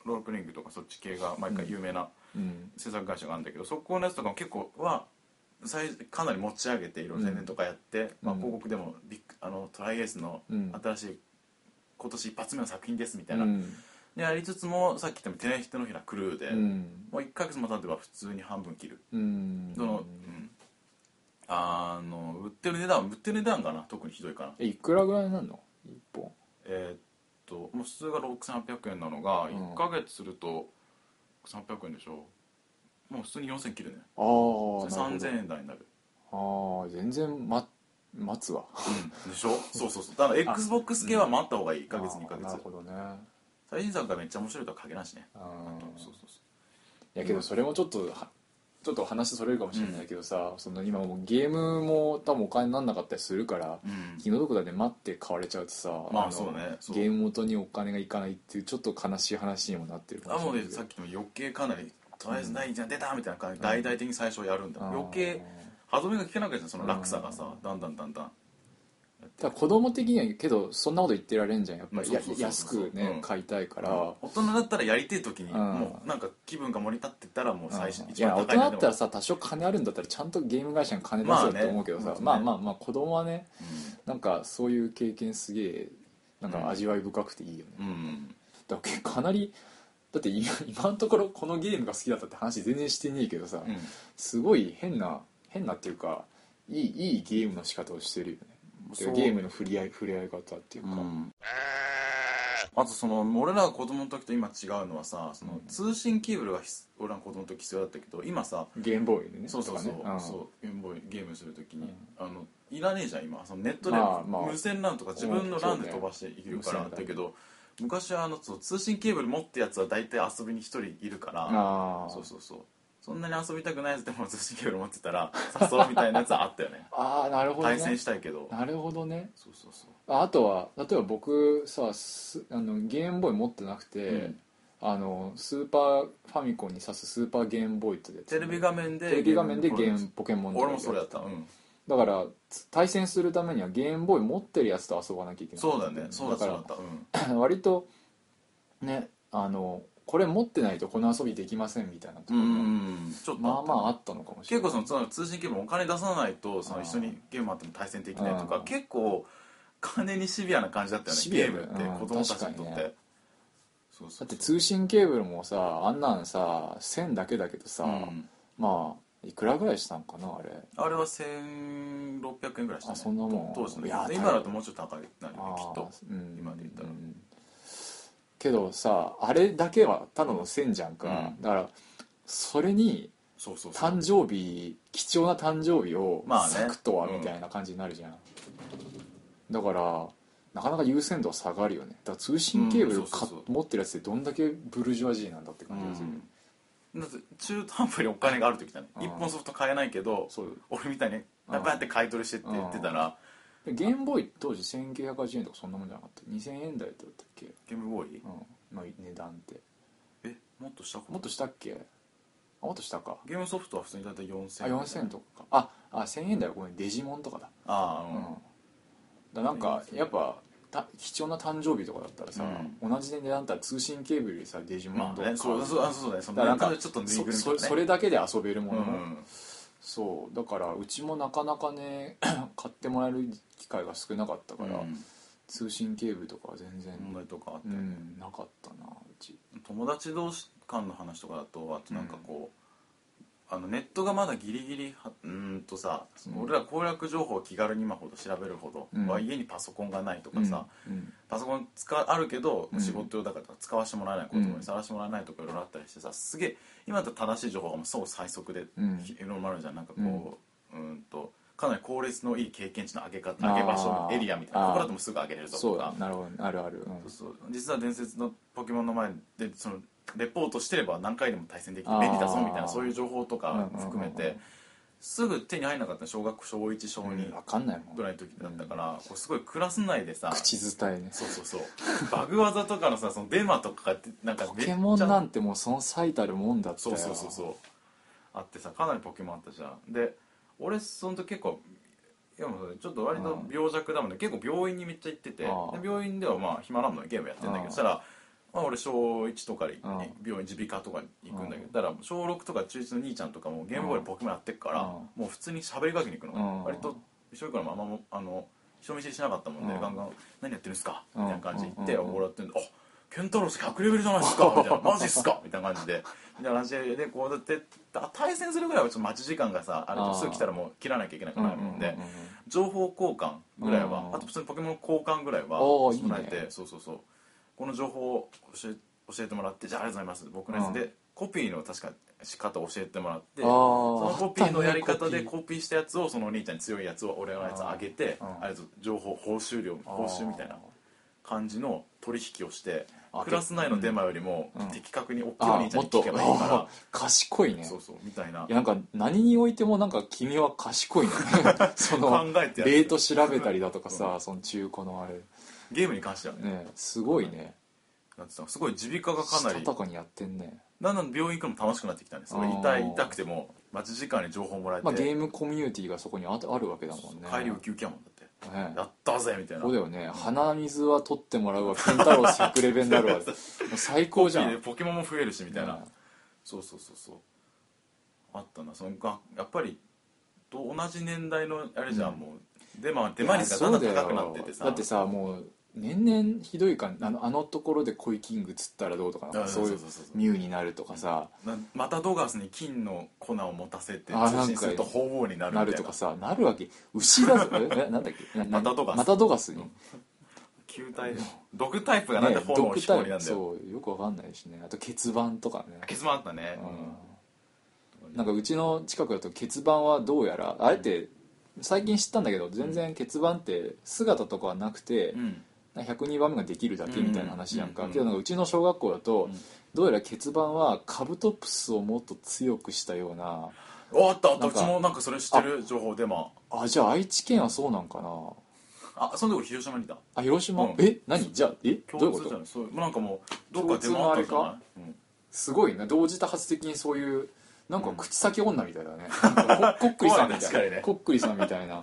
[SPEAKER 1] ロールプレイングとかそっち系が毎回有名な
[SPEAKER 2] ーうん
[SPEAKER 1] 制作会社があるんだけどそこのやつとかも結構は最かなり持ち上げていろんな宣伝とかやって、まあ、
[SPEAKER 2] うん
[SPEAKER 1] 広告でもビッグあのトライアースの
[SPEAKER 2] うん
[SPEAKER 1] 新しい今年一発目の作品ですみた
[SPEAKER 2] う
[SPEAKER 1] いな、
[SPEAKER 2] ん
[SPEAKER 1] でありつつもさっき言ったように手のひらクルーで、
[SPEAKER 2] うん
[SPEAKER 1] もう1ヶ月も経てば普通に半分切る
[SPEAKER 2] うん
[SPEAKER 1] その、うんあの売ってる値段売ってる値段がな特にひどいかな
[SPEAKER 2] えいくらぐらいなの一本
[SPEAKER 1] えーっともう普通が6800円なのが
[SPEAKER 2] うん
[SPEAKER 1] 1ヶ月すると300円でしょもう普通に4000切るね
[SPEAKER 2] ああ
[SPEAKER 1] 3000円台にな る、
[SPEAKER 2] ああ全然ま待つわ
[SPEAKER 1] うん、でしょそうそうそうだから XBOX 系は待った方がいい1ヶ月2ヶ
[SPEAKER 2] あーな
[SPEAKER 1] 月
[SPEAKER 2] るほどね
[SPEAKER 1] 最新作がめっちゃ面白いとは限らんしね
[SPEAKER 2] うん
[SPEAKER 1] そうそうそ
[SPEAKER 2] いやけどそれもちょっとはちょっと話それるかもしれないけどさ、その今もうゲームも多分お金にならなかったりするから
[SPEAKER 1] う、うん、
[SPEAKER 2] 気の毒だね待って買われちゃうとさ、
[SPEAKER 1] まあ
[SPEAKER 2] の
[SPEAKER 1] そうねそう
[SPEAKER 2] ゲーム元にお金がいかないっていうちょっと悲しい話にもなってるか
[SPEAKER 1] な
[SPEAKER 2] もし
[SPEAKER 1] の
[SPEAKER 2] れない
[SPEAKER 1] でさっきの余計かなりとりあえず第一弾出たみたいな感じで大々的に最初やるんだ、
[SPEAKER 2] うん
[SPEAKER 1] 余計歯止めが効かなくなっちゃうその落差がさ、だんだんだんだん
[SPEAKER 2] ただ子供的にはけどそんなこと言ってられんじゃんやっぱ
[SPEAKER 1] う
[SPEAKER 2] り、
[SPEAKER 1] んそうそうそうそう
[SPEAKER 2] や安くね、
[SPEAKER 1] うん
[SPEAKER 2] 買いたいから、
[SPEAKER 1] 大人だったらやりてえ時に、
[SPEAKER 2] うん
[SPEAKER 1] もうなんか気分が盛り立ってたらもう最初、
[SPEAKER 2] うんい
[SPEAKER 1] 一
[SPEAKER 2] や
[SPEAKER 1] 番高
[SPEAKER 2] 大人
[SPEAKER 1] い
[SPEAKER 2] だ
[SPEAKER 1] 値段
[SPEAKER 2] ったらさ多少金あるんだったらちゃんとゲーム会社に金出せよって思うけどさ、
[SPEAKER 1] まあね
[SPEAKER 2] まあ
[SPEAKER 1] うん
[SPEAKER 2] まあまあ子供はねなんかそういう経験すげえなん
[SPEAKER 1] うん
[SPEAKER 2] か味わい深くていいよね、
[SPEAKER 1] うん、うん
[SPEAKER 2] だからかなりだって今今のところこのゲームが好きだったって話全然してねえけどさ、
[SPEAKER 1] うん
[SPEAKER 2] すごい変な変なっていうかいいいいゲームの仕方をしてるよねてか
[SPEAKER 1] そう
[SPEAKER 2] ゲームの振り合い振り合い方っていうか、
[SPEAKER 1] あとその俺らが子供の時と今違うのはさその通信ケーブルがひす俺らの子供の時必要だったけど今さ
[SPEAKER 2] ゲームボーイでね
[SPEAKER 1] そうそうそう、
[SPEAKER 2] とかねん
[SPEAKER 1] そうゲームボーイゲームするときに、
[SPEAKER 2] うん
[SPEAKER 1] あのいらねえじゃん今そのネットで
[SPEAKER 2] まあまあ
[SPEAKER 1] 無線 LAN とか自分の LAN で
[SPEAKER 2] そうね
[SPEAKER 1] 飛ばしていけるから
[SPEAKER 2] 無線 LAN
[SPEAKER 1] だけど昔はあのそう通信ケーブル持ってやつは大体遊びに一人いるから
[SPEAKER 2] あー
[SPEAKER 1] そうそうそうそんなに遊びたくないやつでも通信ケーブル持ってた ら誘うみたいなやつはあったよね
[SPEAKER 2] あーなるほど
[SPEAKER 1] 対戦
[SPEAKER 2] ね
[SPEAKER 1] したいけど
[SPEAKER 2] なるほどね
[SPEAKER 1] そうそうそう
[SPEAKER 2] ああとは例えば僕さすあのゲームボーイ持ってなくて、
[SPEAKER 1] うん
[SPEAKER 2] あのスーパーファミコンに挿すスーパーゲームボーイってやつ
[SPEAKER 1] テレビ画面で
[SPEAKER 2] テレビ画面でゲームポケモンとか
[SPEAKER 1] 俺もそれやったうん
[SPEAKER 2] だからつ対戦するためにはゲームボーイ持ってるやつと遊ばなきゃいけない
[SPEAKER 1] そうだねそうだ
[SPEAKER 2] か
[SPEAKER 1] そうだ
[SPEAKER 2] ら
[SPEAKER 1] ったうん
[SPEAKER 2] 割とねあのこれ持ってないとこの遊びできませんみたいなとこ
[SPEAKER 1] うん
[SPEAKER 2] ろ
[SPEAKER 1] う
[SPEAKER 2] が、
[SPEAKER 1] んうんちょっと
[SPEAKER 2] ま
[SPEAKER 1] あ
[SPEAKER 2] あ
[SPEAKER 1] った
[SPEAKER 2] まああったのかもしれ
[SPEAKER 1] 結
[SPEAKER 2] ない
[SPEAKER 1] 構そのつまり通信ケーブルお金出さないとその
[SPEAKER 2] あー
[SPEAKER 1] 一緒にゲームあっても対戦できないと
[SPEAKER 2] あ
[SPEAKER 1] か
[SPEAKER 2] ー
[SPEAKER 1] 結構金にシビアな感じだったよね
[SPEAKER 2] シビ
[SPEAKER 1] ゲ
[SPEAKER 2] ア
[SPEAKER 1] ーム
[SPEAKER 2] だよ
[SPEAKER 1] って
[SPEAKER 2] うん
[SPEAKER 1] 子供たちにとっ
[SPEAKER 2] 確かに
[SPEAKER 1] てそう
[SPEAKER 2] だ
[SPEAKER 1] そうそう
[SPEAKER 2] って通信ケーブルもさあんなんさ1000だけだけどさ、
[SPEAKER 1] うん
[SPEAKER 2] まあいくらぐらいしたんかなあれ
[SPEAKER 1] あれは1600円ぐらいしたね
[SPEAKER 2] あそんなもん
[SPEAKER 1] 当時の
[SPEAKER 2] いや
[SPEAKER 1] で今だともうちょっと高いなるよね
[SPEAKER 2] あ
[SPEAKER 1] きっ
[SPEAKER 2] ー
[SPEAKER 1] と
[SPEAKER 2] うん
[SPEAKER 1] 今で言ったら
[SPEAKER 2] んけどさあれだけはただの線じゃんか、
[SPEAKER 1] うん
[SPEAKER 2] だからそれに
[SPEAKER 1] そうそうそう
[SPEAKER 2] 誕生日貴重な誕生日を
[SPEAKER 1] まあね
[SPEAKER 2] 割くとは
[SPEAKER 1] うん
[SPEAKER 2] みたいな感じになるじゃん、だからなかなか優先度は下がるよねだから通信ケーブ
[SPEAKER 1] う
[SPEAKER 2] ル
[SPEAKER 1] んそうそう
[SPEAKER 2] か
[SPEAKER 1] そう
[SPEAKER 2] 持ってるやつってどんだけブルジョワジーなんだって感じがする、
[SPEAKER 1] うんだって中途半端にお金がある時だね
[SPEAKER 2] うん
[SPEAKER 1] 一本ソフト買えないけど
[SPEAKER 2] そう
[SPEAKER 1] 俺みたいにバーって買い取りしてって言ってたら
[SPEAKER 2] でゲームボーイ当時1980円とかそんなもんじゃなかった2000円台だったっけ、
[SPEAKER 1] ゲームボーイ
[SPEAKER 2] うん、の値段って
[SPEAKER 1] えもっとしたか
[SPEAKER 2] もっとしたっけあもっとしたか
[SPEAKER 1] ゲームソフトは普通に大体4000
[SPEAKER 2] あ4000とかかああ1000円だよごめんデジモンとかだ
[SPEAKER 1] ああ
[SPEAKER 2] う
[SPEAKER 1] うんん
[SPEAKER 2] だからなんかやっぱた貴重な誕生日とかだったらさ、同じ値段だったら通信ケーブルでさデジモ
[SPEAKER 1] ま
[SPEAKER 2] ン
[SPEAKER 1] あ
[SPEAKER 2] とか買
[SPEAKER 1] ね、
[SPEAKER 2] う
[SPEAKER 1] そうそうあそうだね、そ
[SPEAKER 2] だからなん
[SPEAKER 1] の
[SPEAKER 2] か
[SPEAKER 1] ちょっとぬいぐる
[SPEAKER 2] そ
[SPEAKER 1] みとか
[SPEAKER 2] そ
[SPEAKER 1] ね。
[SPEAKER 2] それだけで遊べる
[SPEAKER 1] う
[SPEAKER 2] も
[SPEAKER 1] んう
[SPEAKER 2] の、
[SPEAKER 1] ん、
[SPEAKER 2] そう だからうちもなかなかね買ってもらえる機会が少なかったから、
[SPEAKER 1] うん
[SPEAKER 2] 通信ケーブルとかは全然、
[SPEAKER 1] 問題とかあって、
[SPEAKER 2] うん、なかったなうち
[SPEAKER 1] 友達同士間の話とかだとあとなんかこう、あのネットがまだギリギリはうーんとさ、その
[SPEAKER 2] うん
[SPEAKER 1] 俺ら攻略情報を気軽に今ほど調べるほど、
[SPEAKER 2] うん
[SPEAKER 1] は家にパソコンがないとかさ、
[SPEAKER 2] うん
[SPEAKER 1] パソコン使あるけど、
[SPEAKER 2] うん
[SPEAKER 1] 仕事用だから使わせてもらえないこと
[SPEAKER 2] う
[SPEAKER 1] も
[SPEAKER 2] ん
[SPEAKER 1] さらしてもらえないとかいろいろあったりしてさすげえ今だと正しい情報がもうそう最速で
[SPEAKER 2] うん
[SPEAKER 1] いろいろあるじゃんなんかこううーんとかなり効率のいい経験値の上げ方上げ場所のエリアみたいな
[SPEAKER 2] あー
[SPEAKER 1] ところだともうすぐ上げれるぞ
[SPEAKER 2] そ
[SPEAKER 1] と
[SPEAKER 2] うだ
[SPEAKER 1] か
[SPEAKER 2] なるほどあるある、うん
[SPEAKER 1] そうそう実は伝説のポケモンの前でそのレポートしてれば何回でも対戦できて
[SPEAKER 2] あー
[SPEAKER 1] 便利だぞみたいなそういう情報とか含め
[SPEAKER 2] うんうんうん
[SPEAKER 1] て
[SPEAKER 2] うん
[SPEAKER 1] すぐ手に入らなかった小学校小1小
[SPEAKER 2] うん
[SPEAKER 1] 2
[SPEAKER 2] わかんないもん
[SPEAKER 1] ぐらいの時だったからこうすごいクラス内でさ
[SPEAKER 2] 口伝えね
[SPEAKER 1] そうそうそうバグ技とかのさそのデマとかがなんか
[SPEAKER 2] ポ
[SPEAKER 1] めっち
[SPEAKER 2] ケ
[SPEAKER 1] ゃ
[SPEAKER 2] モンなんてもうその最たるもんだった
[SPEAKER 1] そう
[SPEAKER 2] よ
[SPEAKER 1] そうそうそうあってさかなりポケモンあったじゃんで俺その時結構いやもうちょっと割と病弱だもんね結構病院にめっちゃ行っててで
[SPEAKER 2] ああ
[SPEAKER 1] 病院ではまあ暇なのにゲームやってんだけ
[SPEAKER 2] あ
[SPEAKER 1] ど
[SPEAKER 2] あ
[SPEAKER 1] そしたら、まあ、俺小1とかに
[SPEAKER 2] ああ
[SPEAKER 1] 病院耳鼻科とかに行くんだけどだから小6とか中1の兄ちゃんとかもゲームボーイでポケモンやってっから
[SPEAKER 2] ああ
[SPEAKER 1] もう普通に喋りかけに行く
[SPEAKER 2] ああ
[SPEAKER 1] の割と一緒からもあんまもあの人見知りしなかったもんで
[SPEAKER 2] ああ
[SPEAKER 1] ガンガン「何やってるんですか?」みたいな感じで言っ
[SPEAKER 2] あ
[SPEAKER 1] て
[SPEAKER 2] あ
[SPEAKER 1] おごらってんで「あケンタロウさん100レベルじゃないですか」みたいな「マジっすか?」みたいな感じでみたいな話ででこうだってた対戦するぐらいはちょっと待ち時間がさあれ
[SPEAKER 2] あ
[SPEAKER 1] と
[SPEAKER 2] ー
[SPEAKER 1] すぐ来たらもう切らなきゃいけなくなるもんで、
[SPEAKER 2] うんうんうんうん
[SPEAKER 1] 情報交換ぐらいは、
[SPEAKER 2] うん
[SPEAKER 1] あと普通にポケモン交換ぐらいは
[SPEAKER 2] おー
[SPEAKER 1] してもらえて
[SPEAKER 2] いいね
[SPEAKER 1] そうそうそうこの情報を教え教えてもらってじゃあありがとうございます僕のやつで、
[SPEAKER 2] う
[SPEAKER 1] コピーの確か仕方を教えてもらって
[SPEAKER 2] あー
[SPEAKER 1] そのコピーの
[SPEAKER 2] あっ
[SPEAKER 1] や
[SPEAKER 2] たね
[SPEAKER 1] り方で
[SPEAKER 2] コ
[SPEAKER 1] コピーしたやつをそのお兄ちゃんに強いやつを俺のやつあげて
[SPEAKER 2] あーうん
[SPEAKER 1] あれと情報報酬料報酬みたいな感じの取引をして
[SPEAKER 2] あ
[SPEAKER 1] クラス内のデマよりも
[SPEAKER 2] うん
[SPEAKER 1] 的確に大きいお
[SPEAKER 2] あ
[SPEAKER 1] 兄
[SPEAKER 2] ー
[SPEAKER 1] ちゃん
[SPEAKER 2] もっ
[SPEAKER 1] に
[SPEAKER 2] と
[SPEAKER 1] 聞けばいいから、
[SPEAKER 2] あー賢いね
[SPEAKER 1] そうそうみたいない
[SPEAKER 2] やなんか何においてもなんか君は賢 いねそ
[SPEAKER 1] 考
[SPEAKER 2] の
[SPEAKER 1] えてや
[SPEAKER 2] レー
[SPEAKER 1] る
[SPEAKER 2] ト調べたりだとかさその中古のあれ
[SPEAKER 1] ゲームに関してはね
[SPEAKER 2] ねすごいね
[SPEAKER 1] なんてさすごい耳鼻科がかな
[SPEAKER 2] した
[SPEAKER 1] り
[SPEAKER 2] たかにやってんね
[SPEAKER 1] だんだん病院行くのも楽しくなってきたんですごい
[SPEAKER 2] あー
[SPEAKER 1] 痛い痛くても待ち時間に情報もらえて、
[SPEAKER 2] まあゲームコミュニティがそこにああるわけだもんね
[SPEAKER 1] 帰りウキウキやもんだって
[SPEAKER 2] ね
[SPEAKER 1] やったぜみたいな
[SPEAKER 2] そうだよね鼻水は取ってもらうわケンタロウ100レベルに なるわもう最高じゃ
[SPEAKER 1] いいね
[SPEAKER 2] ん
[SPEAKER 1] ポケモンも増えるしみたいな、
[SPEAKER 2] うん
[SPEAKER 1] そうそうそうそうあったなそのがやっぱりと同じ年代のあれじゃん、
[SPEAKER 2] うん
[SPEAKER 1] もうデマデマ率がだんだん高くなっててさ
[SPEAKER 2] だってさもう年々ひどいからあのあのところで恋キング釣ったらどうとかなん
[SPEAKER 1] あ
[SPEAKER 2] かそうい
[SPEAKER 1] そううそうそうそう
[SPEAKER 2] ミュウになるとかさ
[SPEAKER 1] なまたドガースに金の粉を持たせて
[SPEAKER 2] あ
[SPEAKER 1] 通信すると
[SPEAKER 2] なん
[SPEAKER 1] 方々になるみた
[SPEAKER 2] ない
[SPEAKER 1] な
[SPEAKER 2] るとかさなるわけ牛だぞえなんだっ けなな
[SPEAKER 1] マタドガス
[SPEAKER 2] マタドガスに、ね、
[SPEAKER 1] 球体毒タイプがなんで方々飛行になるんだよ、
[SPEAKER 2] そうよくわかんないしねあと血盤とかね
[SPEAKER 1] 結末あったね、
[SPEAKER 2] うんなんかうちの近くだと血盤はどうやらあれって最近知ったんだけど全然血盤って姿とかはなくて
[SPEAKER 1] うん
[SPEAKER 2] 102番目ができるだけみたいな話やん
[SPEAKER 1] うん
[SPEAKER 2] か
[SPEAKER 1] うん
[SPEAKER 2] けどなんかうちの小学校だと
[SPEAKER 1] うん
[SPEAKER 2] どうやら血盤はカブトプスをもっと強くしたような
[SPEAKER 1] おあったあった
[SPEAKER 2] な
[SPEAKER 1] うん
[SPEAKER 2] か
[SPEAKER 1] ちもなんかそれ知ってる情報デマ
[SPEAKER 2] あじゃあ愛知県はそうなんかな
[SPEAKER 1] あその時俺広島にいた
[SPEAKER 2] あ広島、
[SPEAKER 1] うん
[SPEAKER 2] え何じゃあえどうい
[SPEAKER 1] 共
[SPEAKER 2] うこ
[SPEAKER 1] 通じゃ
[SPEAKER 2] と
[SPEAKER 1] ないそうもうなんかもうどっか出回ったんじゃ
[SPEAKER 2] 共通のあ
[SPEAKER 1] ない、うん
[SPEAKER 2] すごいな同時多発的にそういうなんか
[SPEAKER 1] うん
[SPEAKER 2] 口先女みたいだね、なんか ここっくりさんみ
[SPEAKER 1] 怖い
[SPEAKER 2] た
[SPEAKER 1] ね
[SPEAKER 2] いな、こっくりさんみたいな
[SPEAKER 1] い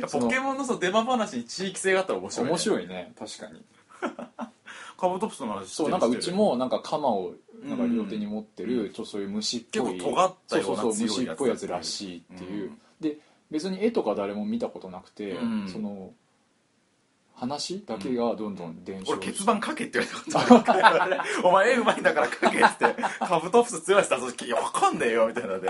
[SPEAKER 1] や
[SPEAKER 2] その
[SPEAKER 1] ポケモンのさデマ話に地域性があったら面白い、ね、
[SPEAKER 2] 面白いね確かに
[SPEAKER 1] カブトプスの話して
[SPEAKER 2] そう
[SPEAKER 1] る
[SPEAKER 2] なんかう
[SPEAKER 1] して
[SPEAKER 2] ち
[SPEAKER 1] る
[SPEAKER 2] もなんか鎌をなんか
[SPEAKER 1] うん
[SPEAKER 2] 両手に持ってる、ちょっとそういう虫っぽい
[SPEAKER 1] 結構尖ったような
[SPEAKER 2] そうそうそ
[SPEAKER 1] 強
[SPEAKER 2] う
[SPEAKER 1] い
[SPEAKER 2] 虫
[SPEAKER 1] やつ
[SPEAKER 2] っぽいやつらしいっていう、
[SPEAKER 1] うん
[SPEAKER 2] で別に絵とか誰も見たことなくて、
[SPEAKER 1] うん
[SPEAKER 2] その話だけがどんどん伝承
[SPEAKER 1] 俺結番かけって言われたことある お前絵うまいんだからかけっつってカブトプス強いやつだぞいやわかんねえよみたいなので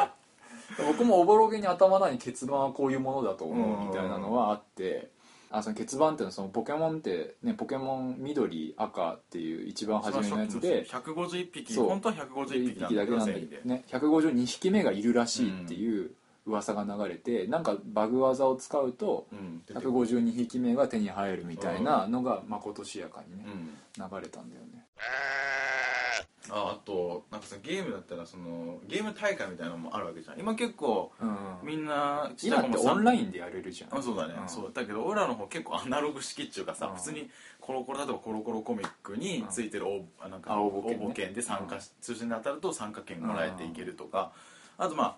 [SPEAKER 2] 僕もおぼろげに頭の中に結番はこういうものだと思
[SPEAKER 1] うん
[SPEAKER 2] うみたいなのはあってあその結番っていうのはそのポケモンって、ね、ポケモン緑赤っていう一番初めのやつで
[SPEAKER 1] 151匹
[SPEAKER 2] そう
[SPEAKER 1] 本当は151
[SPEAKER 2] 1
[SPEAKER 1] 匹
[SPEAKER 2] 匹だけなんだけ
[SPEAKER 1] 全員
[SPEAKER 2] ど
[SPEAKER 1] で
[SPEAKER 2] ね152匹目がいるらしいっていう噂が流れてなんかバグ技を使うと
[SPEAKER 1] うん出てくる
[SPEAKER 2] 152匹目が手に入るみたいなのがまことしやかにね
[SPEAKER 1] うん
[SPEAKER 2] 流れたんだよね
[SPEAKER 1] ああとなんかさゲームだったらそのゲーム大会みたいなのもあるわけじゃん今結構
[SPEAKER 2] うん
[SPEAKER 1] みんなちっちゃ
[SPEAKER 2] 今
[SPEAKER 1] い子
[SPEAKER 2] って
[SPEAKER 1] もさ
[SPEAKER 2] オンラインでやれるじゃん
[SPEAKER 1] あそうだね、
[SPEAKER 2] ん
[SPEAKER 1] そうだけど俺らの方結構ア ナログ式っていうかさ、
[SPEAKER 2] うん
[SPEAKER 1] 普通にコロコロ例えばコロコロコミックについてる応募あなんか
[SPEAKER 2] あ
[SPEAKER 1] 応
[SPEAKER 2] 応募券ね
[SPEAKER 1] 募券で参加し、通信に当たると参加券もらえていけるとか、あとまあ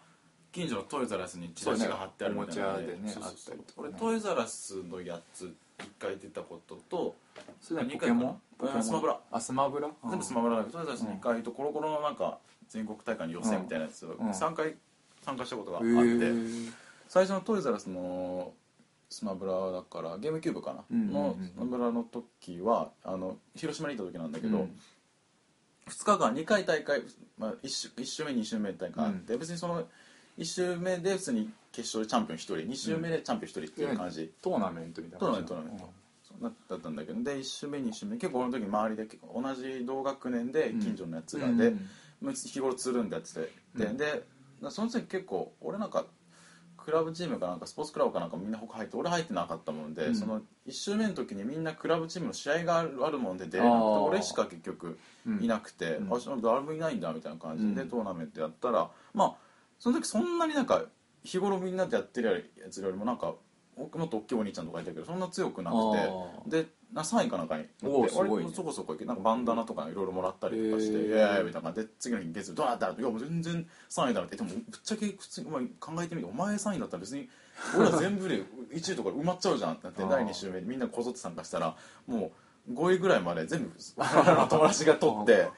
[SPEAKER 1] 近所のトイザラスにチラシが貼ってあるみたいなの
[SPEAKER 2] そうねおもちゃでね
[SPEAKER 1] そうそうそう
[SPEAKER 2] あったりとかね
[SPEAKER 1] 俺トイザラスのやつ1回出たことと
[SPEAKER 2] それは
[SPEAKER 1] 二
[SPEAKER 2] ポ
[SPEAKER 1] 回
[SPEAKER 2] ケモン
[SPEAKER 1] かなうんスマブラ
[SPEAKER 2] あスマブラ
[SPEAKER 1] 全部スマブラだけどトイザラス2回とコロコロのなんか全国大会の予選みたいなやつを
[SPEAKER 2] うん
[SPEAKER 1] 3回参加したことがあっ
[SPEAKER 2] う
[SPEAKER 1] て、
[SPEAKER 2] んへー
[SPEAKER 1] 最初のトイザラスのスマブラだからゲームキューブかな、
[SPEAKER 2] うんうんうん
[SPEAKER 1] のスマブラの時はあの広島にいた時なんだけど、
[SPEAKER 2] うん
[SPEAKER 1] 2日間2回大会、まあ、1, 週1週目2週目大会あって、別にその1週目で普通に決勝でチャンピオン1人2週目でチャンピオン1人っていう感じ、
[SPEAKER 2] トーナメントみたいな
[SPEAKER 1] トーナメ
[SPEAKER 2] 感
[SPEAKER 1] ントトー
[SPEAKER 2] じ
[SPEAKER 1] ナメントそうなだったんだけどで1週目2週目結構俺の時周りで結構同じ同学年で近所のやつらで、
[SPEAKER 2] うん
[SPEAKER 1] まあ日頃つるんだやつで、
[SPEAKER 2] うん
[SPEAKER 1] ででその時結構俺なんかクラブチームかなんかスポーツクラブかなんかみんな他入って俺入ってなかったもんで、
[SPEAKER 2] うん
[SPEAKER 1] その1周目の時にみんなクラブチームの試合があるあるもんで出れなくて
[SPEAKER 2] あー
[SPEAKER 1] 俺しか結局
[SPEAKER 2] うん
[SPEAKER 1] いなくて、
[SPEAKER 2] うん
[SPEAKER 1] あそう誰もいないんだみたいな感じで、
[SPEAKER 2] うん
[SPEAKER 1] トーナメントやったらまあその時そんなになんか日頃みんなでやってるやつよりもなんかもっと大きいお兄ちゃんとかいたけどそんな強くなくて。でな3位かなんかに
[SPEAKER 2] おーすごいね
[SPEAKER 1] 割とそこそこいけなんかバンダナとかいろいろもらったりとかして
[SPEAKER 2] へ
[SPEAKER 1] 「イ
[SPEAKER 2] ー
[SPEAKER 1] エーイ!」みたいな感じで次の日月曜どうだったいやもう全然3位だってでもぶっちゃけ普通にお前考えてみてお前3位だったら別に俺ら全部で1位とかで埋まっちゃうじゃんってなって
[SPEAKER 2] あー
[SPEAKER 1] 第2週目にみんなこぞって参加したらもう5位ぐらいまで全部俺らの 友達が取って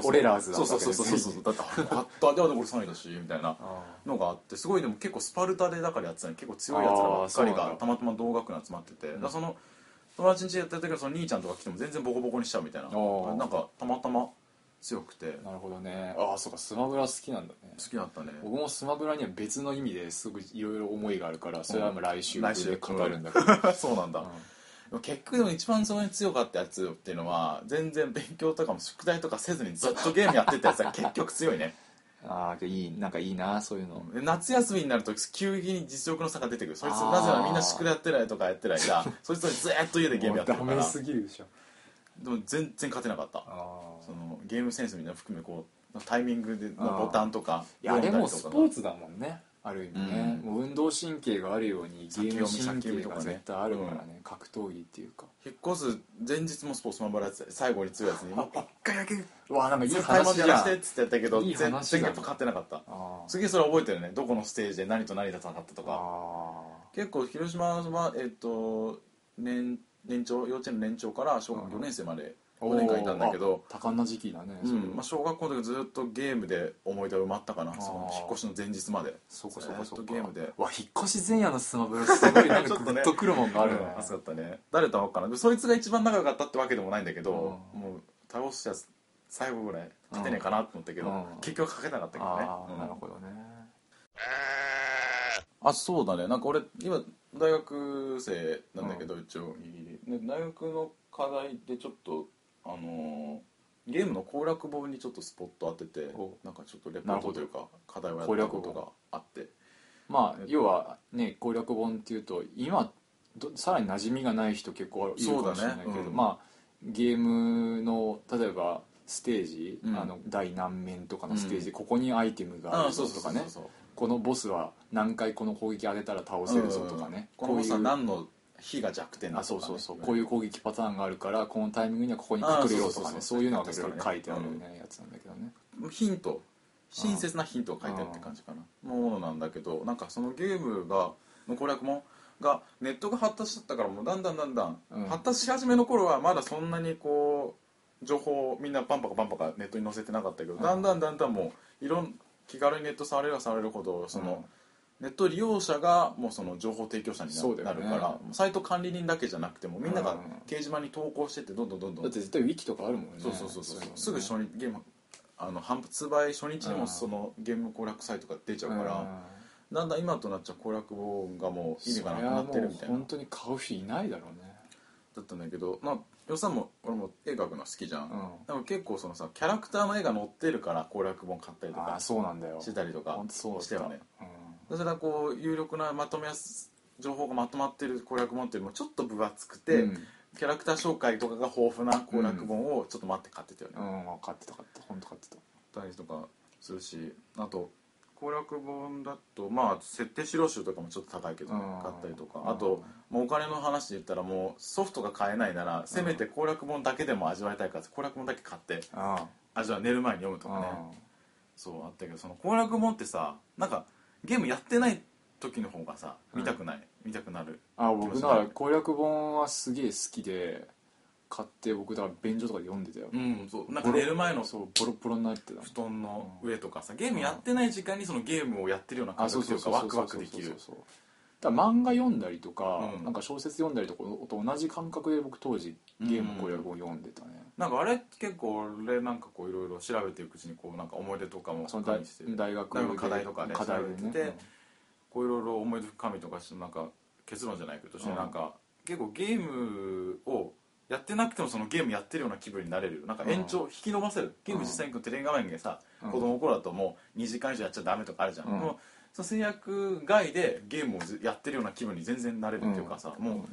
[SPEAKER 1] そうそう
[SPEAKER 2] 俺らーズだ
[SPEAKER 1] そ
[SPEAKER 2] っ
[SPEAKER 1] う
[SPEAKER 2] た
[SPEAKER 1] そ
[SPEAKER 2] わ
[SPEAKER 1] う
[SPEAKER 2] け
[SPEAKER 1] そ
[SPEAKER 2] で
[SPEAKER 1] う そう
[SPEAKER 2] すね
[SPEAKER 1] そうだってあよかったでも俺3位だしみたいな
[SPEAKER 2] あ
[SPEAKER 1] のがあってすごいでも結構スパルタでだからやってたの結構強いやつらばっかり
[SPEAKER 2] あーそうなん
[SPEAKER 1] が
[SPEAKER 2] だ
[SPEAKER 1] たまたま同学年集まってて、だからその友達ん家やってた時はその兄ちゃんとか来ても全然ボコボコにしちゃうみたいな
[SPEAKER 2] あー
[SPEAKER 1] なんかたまたま強くて
[SPEAKER 2] ー
[SPEAKER 1] 好
[SPEAKER 2] なるほどねああそうかスマブラ好きなんだね
[SPEAKER 1] きだったね
[SPEAKER 2] 僕もスマブラには別の意味ですごいいろいろ思いがあるからそれはもう来週
[SPEAKER 1] 来週
[SPEAKER 2] で語るんだけど
[SPEAKER 1] そうなんだ、でも結局でも一番そこに強かったやつっていうのは全然勉強とかも宿題とかせずにずっとゲームやってたやつは結局強いね
[SPEAKER 2] ああいいなんかいいなそういうの
[SPEAKER 1] で夏休みになると急激に実力の差が出てくるそいつ
[SPEAKER 2] あー
[SPEAKER 1] なぜならみんな宿題やってないとかやってない がそいつはずーっと家でゲームやってるか
[SPEAKER 2] もうダメ
[SPEAKER 1] ら
[SPEAKER 2] すぎるでしょ
[SPEAKER 1] でも全然勝てなかった
[SPEAKER 2] ああ
[SPEAKER 1] そのゲームセンスみたいなの含めこうタイミングで
[SPEAKER 2] あ
[SPEAKER 1] の
[SPEAKER 2] ー
[SPEAKER 1] ボタンとか
[SPEAKER 2] いやで
[SPEAKER 1] 読んだ
[SPEAKER 2] も
[SPEAKER 1] り
[SPEAKER 2] ス
[SPEAKER 1] とか
[SPEAKER 2] ポーツだもんねある意味ね、
[SPEAKER 1] うん
[SPEAKER 2] もう運動神経があるようにゲ
[SPEAKER 1] 先
[SPEAKER 2] ーム
[SPEAKER 1] 読み
[SPEAKER 2] 神
[SPEAKER 1] 先読みと
[SPEAKER 2] 経
[SPEAKER 1] か
[SPEAKER 2] が
[SPEAKER 1] ね
[SPEAKER 2] 絶対あるからね格闘技っていうか
[SPEAKER 1] 引っ越す前日もスポーツマンバラやってた最後に強いやつに一回だけ
[SPEAKER 2] うわなんかいい
[SPEAKER 1] 絶対まで
[SPEAKER 2] 話じ
[SPEAKER 1] や
[SPEAKER 2] ゃん
[SPEAKER 1] ら
[SPEAKER 2] あ
[SPEAKER 1] せてっつってやったけど
[SPEAKER 2] いい
[SPEAKER 1] 全然
[SPEAKER 2] 話だ
[SPEAKER 1] やっぱ勝ってなかった
[SPEAKER 2] あー
[SPEAKER 1] 次それ覚えてるねどこのステージで何と何で戦ったとか
[SPEAKER 2] あ
[SPEAKER 1] 結構広島はえっと年年長幼稚園の年長から小学
[SPEAKER 2] う
[SPEAKER 1] 4
[SPEAKER 2] ん
[SPEAKER 1] 年生まで
[SPEAKER 2] ー
[SPEAKER 1] 5年間いたんだけど
[SPEAKER 2] あ多感な時期だね、
[SPEAKER 1] う
[SPEAKER 2] それ
[SPEAKER 1] んまあ、小学校の時ずっとゲームで思い出は埋まったかなその引っ越しの前日まで
[SPEAKER 2] そうかそうかそう
[SPEAKER 1] ずっと
[SPEAKER 2] か
[SPEAKER 1] ゲームで
[SPEAKER 2] わ引っ越し前夜のスマブラすごいな ん
[SPEAKER 1] ちょ
[SPEAKER 2] か
[SPEAKER 1] っ
[SPEAKER 2] グ
[SPEAKER 1] とね
[SPEAKER 2] ッとくるもんがあるね、
[SPEAKER 1] うん熱かったね誰と会おうかなでそいつが一番仲良かったってわけでもないんだけど、
[SPEAKER 2] うん
[SPEAKER 1] もう倒したやつ最後ぐらい勝てねえかなと思ったけど、
[SPEAKER 2] うん
[SPEAKER 1] 結局はかけなかったけどね
[SPEAKER 2] ああ、
[SPEAKER 1] うん
[SPEAKER 2] なるほどね
[SPEAKER 1] あそうだねなんか俺今大学生なんだけど、一応ギリギリで大学の課題でちょっとあのーゲームの攻略本にちょっとスポット当てて
[SPEAKER 2] お
[SPEAKER 1] なんかちょっとレポートというか課題をやっ
[SPEAKER 2] 攻
[SPEAKER 1] た
[SPEAKER 2] 略
[SPEAKER 1] こ
[SPEAKER 2] 本
[SPEAKER 1] とがあって
[SPEAKER 2] まあ要はね攻略本っていうと今どさらに馴染みがない人結構いるかもしれないけ
[SPEAKER 1] そうだ
[SPEAKER 2] ど、
[SPEAKER 1] ねうん
[SPEAKER 2] まあゲームの例えばステージ、
[SPEAKER 1] うん
[SPEAKER 2] あの第何面とかのステージで、ここにアイテムがあ
[SPEAKER 1] あ
[SPEAKER 2] る
[SPEAKER 1] そ
[SPEAKER 2] ぞ
[SPEAKER 1] う
[SPEAKER 2] と
[SPEAKER 1] そ
[SPEAKER 2] か
[SPEAKER 1] う
[SPEAKER 2] ね
[SPEAKER 1] そうそう
[SPEAKER 2] このボスは何回この攻撃当てたら倒せるぞとかね、
[SPEAKER 1] この
[SPEAKER 2] うい
[SPEAKER 1] さ
[SPEAKER 2] う
[SPEAKER 1] 何の火が弱点だ
[SPEAKER 2] あ
[SPEAKER 1] と
[SPEAKER 2] そ
[SPEAKER 1] か、
[SPEAKER 2] う
[SPEAKER 1] ね、
[SPEAKER 2] そうそうこういう攻撃パターンがあるからこのタイミングにはここに隠れようとか
[SPEAKER 1] あそそう
[SPEAKER 2] ねそう
[SPEAKER 1] そうそう
[SPEAKER 2] ういうのが書
[SPEAKER 1] 書い
[SPEAKER 2] い
[SPEAKER 1] て
[SPEAKER 2] て
[SPEAKER 1] あ
[SPEAKER 2] あ
[SPEAKER 1] る
[SPEAKER 2] る
[SPEAKER 1] ね
[SPEAKER 2] よねやつなんだけどね
[SPEAKER 1] ヒント親切なヒントを書いてあるって感じかなのものなんだけどなんかそのゲームがの攻略もがネットが発達しちゃったからもうだんだんだんだん、
[SPEAKER 2] うん
[SPEAKER 1] 発達し始めの頃はまだそんなにこう情報をみんなパンパカパンパカネットに載せてなかったけど、
[SPEAKER 2] ん
[SPEAKER 1] だんだんだんだんもういろん気軽にネット触れば触れるほどその、ネット利用者がもうその情報提供者にな
[SPEAKER 2] そうだよ
[SPEAKER 1] なる
[SPEAKER 2] ね
[SPEAKER 1] から、サイト管理人だけじゃなくてもみんな
[SPEAKER 2] う
[SPEAKER 1] が
[SPEAKER 2] ん
[SPEAKER 1] 掲示板に投稿してってどんどんどんどん
[SPEAKER 2] だって絶対ウィキとかあるもんね
[SPEAKER 1] そうそうそうそう、
[SPEAKER 2] いのね
[SPEAKER 1] すぐ初日ゲームあの発売初日に
[SPEAKER 2] う
[SPEAKER 1] も
[SPEAKER 2] ん
[SPEAKER 1] そのゲーム攻略サイトが出ちゃうか
[SPEAKER 2] うん
[SPEAKER 1] ら、だんだん今となっちゃう攻略本がもう意味がなくなってるみたい
[SPEAKER 2] そりゃも
[SPEAKER 1] な
[SPEAKER 2] う本当に買う人いないだろうね
[SPEAKER 1] だったんだけどまあ予算も俺も絵描くの好きじゃん、
[SPEAKER 2] うん
[SPEAKER 1] でも結構そのさキャラクターの絵が載ってるから攻略本買ったりと
[SPEAKER 2] ああ
[SPEAKER 1] か
[SPEAKER 2] そうなんだよ
[SPEAKER 1] してたりとか
[SPEAKER 2] 本当そうだった
[SPEAKER 1] してはね
[SPEAKER 2] うん
[SPEAKER 1] それはこう有力なまとめやす情報がまとまってる攻略本っていうよりもちょっと分厚くて、
[SPEAKER 2] うん
[SPEAKER 1] キャラクター紹介とかが豊富な攻略本をちょっと待って買ってたよね、
[SPEAKER 2] うん分かってた分かってた本当買ってた
[SPEAKER 1] ったりとかするしあと攻略本だとまあ設定資料集とかもちょっと高いけどね
[SPEAKER 2] うん
[SPEAKER 1] 買ったりとか
[SPEAKER 2] うん
[SPEAKER 1] あともうお金の話で言ったらもうソフトが買えないならせめて攻略本だけでも味わいたいから攻略本だけ買って
[SPEAKER 2] あ
[SPEAKER 1] 味わう寝る前に読むとかね
[SPEAKER 2] あ
[SPEAKER 1] そうあったけどその攻略本ってさなんかゲームやってない時の方がさ
[SPEAKER 2] うん
[SPEAKER 1] 見たくない、見たくなる
[SPEAKER 2] ああ僕だから攻略本はすげえ好きで買って僕だから便所とかで読んでたよ
[SPEAKER 1] うんそうなんか寝る前の
[SPEAKER 2] そうボロボロになってたもん
[SPEAKER 1] 布団の上とかさゲームやってない時間にそのゲームをやってるような感
[SPEAKER 2] あそ
[SPEAKER 1] 覚
[SPEAKER 2] う
[SPEAKER 1] とい
[SPEAKER 2] そう
[SPEAKER 1] うか
[SPEAKER 2] そう
[SPEAKER 1] ワクワクでき
[SPEAKER 2] そう
[SPEAKER 1] る
[SPEAKER 2] そうそうだから漫画読んだりとか、
[SPEAKER 1] うん
[SPEAKER 2] なんか小説読んだりとかと同じ感覚で僕当時ゲーム攻略本読んでたね、
[SPEAKER 1] なんかあれ結構俺なんかこういろいろ調べていくうちにこうなんか思い出とかも
[SPEAKER 2] その
[SPEAKER 1] 加
[SPEAKER 2] 大
[SPEAKER 1] 味して
[SPEAKER 2] 大学
[SPEAKER 1] なんか課題とかね
[SPEAKER 2] 課題で
[SPEAKER 1] 調べ
[SPEAKER 2] ね
[SPEAKER 1] ててこういろいろ思い出深みとかしてなんか結論じゃないけどして
[SPEAKER 2] うん
[SPEAKER 1] なんか結構ゲームをやってなくてもそのゲームやってるような気分になれるなんか延長引き伸ばせるゲーム実際にこうテレビ画面でさ
[SPEAKER 2] うん
[SPEAKER 1] 子供の頃だともう2時間以上やっちゃダメとかあるじゃん
[SPEAKER 2] うん
[SPEAKER 1] でもその制約外でゲームをずやってるような気分に全然なれるっていうかさ
[SPEAKER 2] ん
[SPEAKER 1] もう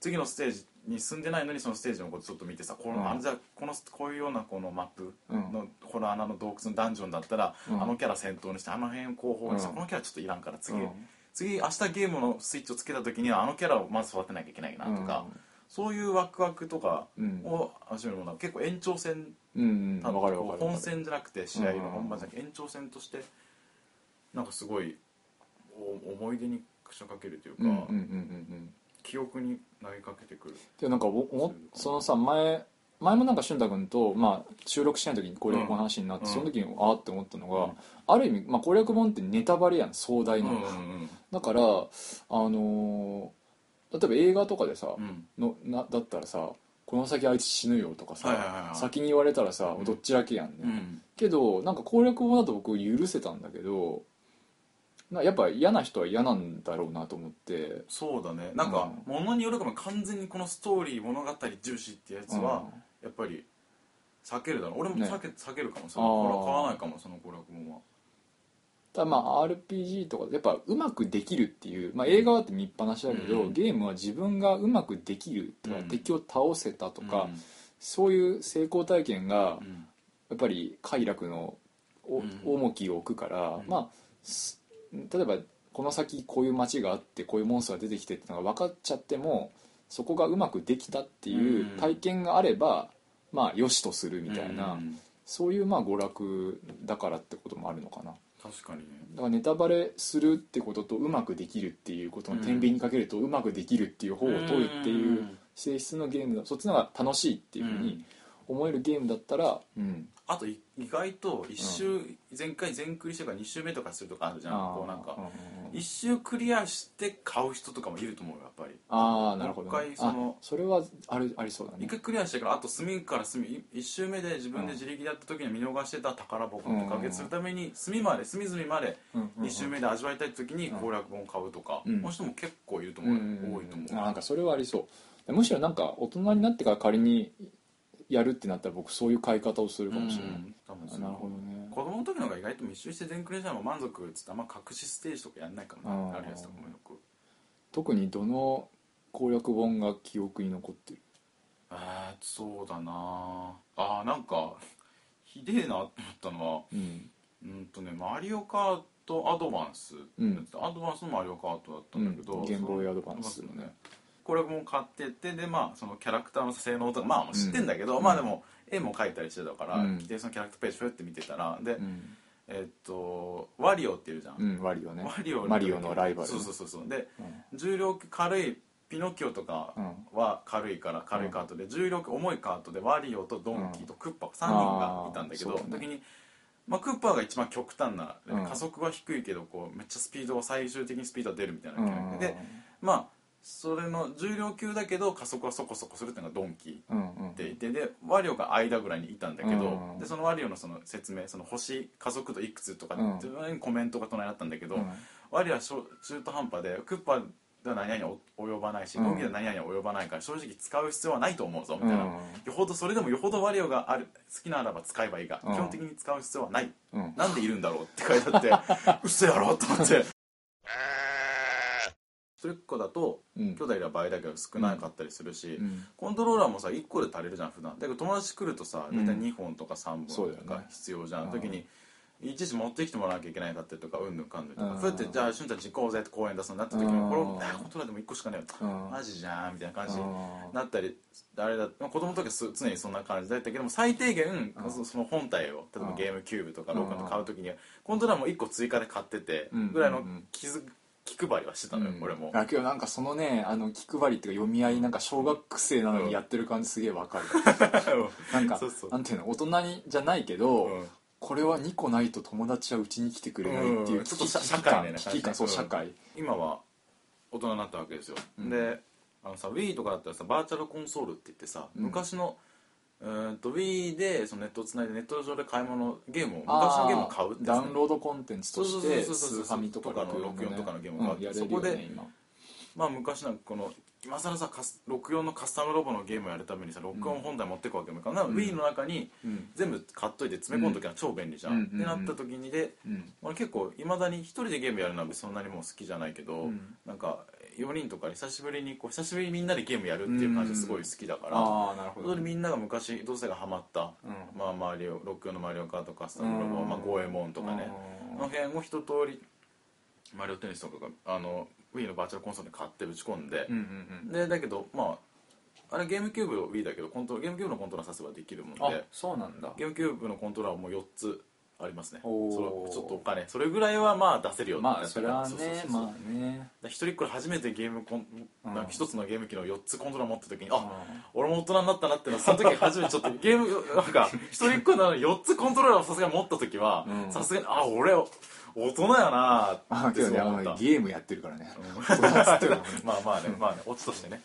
[SPEAKER 1] 次のステージに進んでないのにそのステージのことちょっと見てさこの、
[SPEAKER 2] うん
[SPEAKER 1] あじゃあこのこういうようなこのマップ
[SPEAKER 2] うん
[SPEAKER 1] の、この穴の洞窟のダンジョンだったら、
[SPEAKER 2] うん
[SPEAKER 1] あのキャラ先頭にしてあの辺後方にして、
[SPEAKER 2] うん
[SPEAKER 1] このキャラちょっといらんから次、
[SPEAKER 2] うん
[SPEAKER 1] 次明日ゲームのスイッチをつけた時にはあのキャラをまず育てなきゃいけないなとか、そういうワクワクとか
[SPEAKER 2] うん
[SPEAKER 1] を始めるものは結構延長戦
[SPEAKER 2] うんうん、
[SPEAKER 1] の
[SPEAKER 2] 分かる分かる
[SPEAKER 1] 本戦じゃなくて試合の
[SPEAKER 2] うん
[SPEAKER 1] 本番じゃなくて延長戦としてなんかすごいお思い出にくしゃかけるというか、
[SPEAKER 2] うんうんうんうんうん
[SPEAKER 1] 記憶に投げかけてくる。
[SPEAKER 2] でなんかおおそのさ前前もなんか俊太君と、まあ、収録しない時に攻略本の話になって、
[SPEAKER 1] うん
[SPEAKER 2] その時にああって思ったのが、
[SPEAKER 1] うん
[SPEAKER 2] ある意味、まあ、攻略本ってネタバレやん壮大
[SPEAKER 1] うん
[SPEAKER 2] な、
[SPEAKER 1] うんうん
[SPEAKER 2] だからあのー例えば映画とかでさ、
[SPEAKER 1] うん
[SPEAKER 2] のなだったらさこの先あいつ死ぬよとかさ、
[SPEAKER 1] はいはいはいはい
[SPEAKER 2] 先に言われたらさ、
[SPEAKER 1] うん
[SPEAKER 2] どっちだけやんね、
[SPEAKER 1] うん
[SPEAKER 2] けどなんか攻略法だと僕許せたんだけどなやっぱ嫌な人は嫌なんだろうなと思って
[SPEAKER 1] そうだねなんかものによるかも完全にこのストーリー物語重視ってやつは
[SPEAKER 2] う
[SPEAKER 1] や
[SPEAKER 2] ん
[SPEAKER 1] っぱり避けるだろう俺も
[SPEAKER 2] ね
[SPEAKER 1] 避け,、避けるかもそ
[SPEAKER 2] あー
[SPEAKER 1] のこれ買わないかもその娯楽もは
[SPEAKER 2] ただまあ RPG とかやっぱうまくできるっていう、まあ、映画だって見っぱなしだけど、
[SPEAKER 1] うん
[SPEAKER 2] ゲームは自分がうまくできるとか、
[SPEAKER 1] うん
[SPEAKER 2] 敵を倒せたとか、
[SPEAKER 1] うん
[SPEAKER 2] そういう成功体験が
[SPEAKER 1] うん
[SPEAKER 2] やっぱり快楽のお
[SPEAKER 1] うん
[SPEAKER 2] 重きを置くから、
[SPEAKER 1] うん
[SPEAKER 2] まあす例えばこの先こういう街があってこういうモンスターが出てきてってのが分かっちゃってもそこがうまくできたっていう
[SPEAKER 1] うん
[SPEAKER 2] 体験があれば、まあ良しとするみたいな、
[SPEAKER 1] うん
[SPEAKER 2] そういうまあ娯楽だからってこともあるのかな
[SPEAKER 1] 確かにね
[SPEAKER 2] だからネタバレするってこととうまくできるっていうことの天秤にかけるとうまくできるっていう方を取るっていうん性質のゲームだそっちの方が楽しいっていうふうに思えるゲームだったら、うん、
[SPEAKER 1] あとい意外と一周前回全クリしてから2周目とかするとかあるじゃん
[SPEAKER 2] あー
[SPEAKER 1] こうなんか
[SPEAKER 2] うんうんうん
[SPEAKER 1] 一周クリアして買う人とかもいると思うよやっぱり
[SPEAKER 2] ああなるほど、ね、
[SPEAKER 1] もう一回その
[SPEAKER 2] あそれはあるありそうだね
[SPEAKER 1] 一回クリアしてからあと隅から隅一周目で自分で自力でやった時に見逃してた宝箱とかけするために隅まで隅々まで
[SPEAKER 2] うんうんうん
[SPEAKER 1] 2周目で味わいたい時に
[SPEAKER 2] うん
[SPEAKER 1] 攻略本を買うとか、
[SPEAKER 2] うん
[SPEAKER 1] この人も結構いると
[SPEAKER 2] うん
[SPEAKER 1] 思う、
[SPEAKER 2] うん
[SPEAKER 1] 多いと思う、
[SPEAKER 2] あなんかそれはありそうむしろなんか大人になってから仮にやるってなったら僕そういう買い方をするかもしれない、
[SPEAKER 1] うん多分
[SPEAKER 2] あ
[SPEAKER 1] そう
[SPEAKER 2] なるほどね
[SPEAKER 1] 子供の時の方が意外と密集して全クリアしたの満足っつってあんま隠しステージとかやんないかもな
[SPEAKER 2] あー
[SPEAKER 1] あるやつとかもよく
[SPEAKER 2] 特にどの攻略本が記憶に残ってる
[SPEAKER 1] えー、そうだなあーなんかひでえなって思ったのは
[SPEAKER 2] うん
[SPEAKER 1] うんとねマリオカートアドバンス、
[SPEAKER 2] うん
[SPEAKER 1] アドバンスのマリオカートだったんだけど、
[SPEAKER 2] うんゲームボーイアドバンスのね
[SPEAKER 1] そうこれも買ってってでまあそのキャラクターの性能とかまあ知ってんだけど、
[SPEAKER 2] うん
[SPEAKER 1] まあでも絵も描いたりしてたから、
[SPEAKER 2] うん
[SPEAKER 1] でそのキャラクターページふって見てたらで、
[SPEAKER 2] うん、
[SPEAKER 1] えっとワリオっているじゃん、
[SPEAKER 2] うん、ワリオね
[SPEAKER 1] ワリオ
[SPEAKER 2] マリオのライバル
[SPEAKER 1] そうそうそうそうで
[SPEAKER 2] うん
[SPEAKER 1] 重量級軽いピノキオとかは軽いから軽いカートで、重量級重いカートでワリオとドンキーとクッパ3人がいたんだけど、
[SPEAKER 2] あーそうだね
[SPEAKER 1] 時に、まあ、クッパが一番極端な、
[SPEAKER 2] うん
[SPEAKER 1] 加速は低いけどこうめっちゃスピード最終的にスピードは出るみたいな
[SPEAKER 2] う
[SPEAKER 1] キ
[SPEAKER 2] ん
[SPEAKER 1] ャラクターで、まあそれの重量級だけど加速はそこそこするっていうのがドンキーっ
[SPEAKER 2] うんうん
[SPEAKER 1] ていてでワリオが間ぐらいにいたんだけど、
[SPEAKER 2] うん
[SPEAKER 1] でそのワリオのその説明その星加速度いくつとかっていうのにコメントが隣だったんだけど、
[SPEAKER 2] うん
[SPEAKER 1] ワリはしょ中途半端でクッパでは何々お及ばないし
[SPEAKER 2] うん
[SPEAKER 1] ゴミでは何々及ばないから正直使う必要はないと思うぞみたいな、
[SPEAKER 2] うん
[SPEAKER 1] よほどそれでもよほどワリオがある好きならば使えばいいが、
[SPEAKER 2] うん
[SPEAKER 1] 基本的に使う必要はない
[SPEAKER 2] うん
[SPEAKER 1] なんでいるんだろうって書いてあって 嘘やろと思ってそれっ子だと
[SPEAKER 2] うん
[SPEAKER 1] 兄弟が倍だけど少なかったりするし、
[SPEAKER 2] うん
[SPEAKER 1] コントローラーもさ1個で足りるじゃん普段だけど友達来るとさ
[SPEAKER 2] うん
[SPEAKER 1] 大体2本とか3
[SPEAKER 2] そ
[SPEAKER 1] 本
[SPEAKER 2] うだよ
[SPEAKER 1] と
[SPEAKER 2] ね
[SPEAKER 1] か必要じゃん、
[SPEAKER 2] うん
[SPEAKER 1] 時にいちいち持ってきてもらわなきゃいけないんだってとかうんぬんかんぬんとか、
[SPEAKER 2] うん
[SPEAKER 1] そうやってじゃあ俊太ち行こうぜって公園出すのになった時に、
[SPEAKER 2] うん
[SPEAKER 1] これあコントローラーでも1個しかねえよ、
[SPEAKER 2] うん
[SPEAKER 1] マジじゃんみたいな感じに
[SPEAKER 2] あ
[SPEAKER 1] なったりあれだまあ子供の時はす常にそんな感じだったけども最低限、
[SPEAKER 2] うん
[SPEAKER 1] そその本体を例え
[SPEAKER 2] う
[SPEAKER 1] ば
[SPEAKER 2] ん
[SPEAKER 1] ゲームキューブとかローカルとか買う時にはコントローラーも1個追加で買ってて
[SPEAKER 2] うん
[SPEAKER 1] ぐらいの
[SPEAKER 2] うんうん
[SPEAKER 1] 気づ気配りはしてたのよ、俺も。
[SPEAKER 2] だけどなんかそのねあの気配りっていうか読み合いなんか小学生なのにやってる感じすげえ わかる、なんか
[SPEAKER 1] そうそう
[SPEAKER 2] なんていうの大人にじゃないけど、
[SPEAKER 1] うん
[SPEAKER 2] これは2個ないと友達はうちに来てくれないっていううん危
[SPEAKER 1] ちょっ
[SPEAKER 2] 機
[SPEAKER 1] と社
[SPEAKER 2] 危機
[SPEAKER 1] 社会ね
[SPEAKER 2] 感危機感そう
[SPEAKER 1] うん
[SPEAKER 2] 社会
[SPEAKER 1] 今は大人になったわけですよ、
[SPEAKER 2] うん
[SPEAKER 1] であのさ Wii とかだったらさバーチャルコンソールって言ってさ、
[SPEAKER 2] うん
[SPEAKER 1] 昔のうーんと Wii でそのネットをつないでネット上で買い物ゲームを昔のゲームを買うって
[SPEAKER 2] ダ
[SPEAKER 1] やつね
[SPEAKER 2] ウンロードコンテンツとして
[SPEAKER 1] そうそう
[SPEAKER 2] ス
[SPEAKER 1] そうそう
[SPEAKER 2] ーファミとか
[SPEAKER 1] とかの64とかのゲームがあって
[SPEAKER 2] うんやれるよ
[SPEAKER 1] そこ
[SPEAKER 2] ね
[SPEAKER 1] で
[SPEAKER 2] 今
[SPEAKER 1] まあ昔なんかこの今更さカス64のカスタムロボのゲームをやるためにさ録音本体持ってくわけもいかない、
[SPEAKER 2] ん
[SPEAKER 1] Wii の中に
[SPEAKER 2] うん
[SPEAKER 1] 全部買っといて詰め込んどきは超便利じゃん、
[SPEAKER 2] うん
[SPEAKER 1] ってなった時にで、
[SPEAKER 2] うん
[SPEAKER 1] 俺結構いまだに一人でゲームやるのはそんなにもう好きじゃないけど、
[SPEAKER 2] うん
[SPEAKER 1] なんか4人とかに久しぶりにこう久しぶりにみんなでゲームやるっていう感じがすごい好きだから、
[SPEAKER 2] ああなるほ
[SPEAKER 1] それ
[SPEAKER 2] ど
[SPEAKER 1] でみんなが昔どうせがハマった、
[SPEAKER 2] うん
[SPEAKER 1] まあ、マリオ64のマリオカートカスタムロボ、
[SPEAKER 2] うん
[SPEAKER 1] まあ、ゴエモンとかね、
[SPEAKER 2] うん
[SPEAKER 1] この辺を一通りマリオテニスとかがあの Wii のバーチャルコンソールに買って打ち込んで
[SPEAKER 2] うんう、ん
[SPEAKER 1] でだけどまああれゲームキューブの Wii だけどコントロゲームキューブのコントローラーさせばできるもん
[SPEAKER 2] うんあ
[SPEAKER 1] で
[SPEAKER 2] そうなんだ
[SPEAKER 1] ゲームキューブのコントローラーはもう4つありますねそ
[SPEAKER 2] おー
[SPEAKER 1] れちょっとお金それぐらいはまあ出せるよ
[SPEAKER 2] まあそれは
[SPEAKER 1] そうそうそう
[SPEAKER 2] ね
[SPEAKER 1] そう
[SPEAKER 2] まあね
[SPEAKER 1] だから一人っ子で初めてゲームコン
[SPEAKER 2] うん
[SPEAKER 1] なんか一つのゲーム機の4つコントローラー持った時にあ、
[SPEAKER 2] うん
[SPEAKER 1] 俺も大人になったなっていうのはその時初めてちょっとゲー ムなんか一人っ子なのに4つコントローラーをさすがに持った時は
[SPEAKER 2] うん
[SPEAKER 1] さすがにあ俺大人やなー
[SPEAKER 2] あ
[SPEAKER 1] って
[SPEAKER 2] けど
[SPEAKER 1] そう
[SPEAKER 2] ねあ
[SPEAKER 1] 思った
[SPEAKER 2] のゲームやってるからね
[SPEAKER 1] まあまあねまあねオチとしてね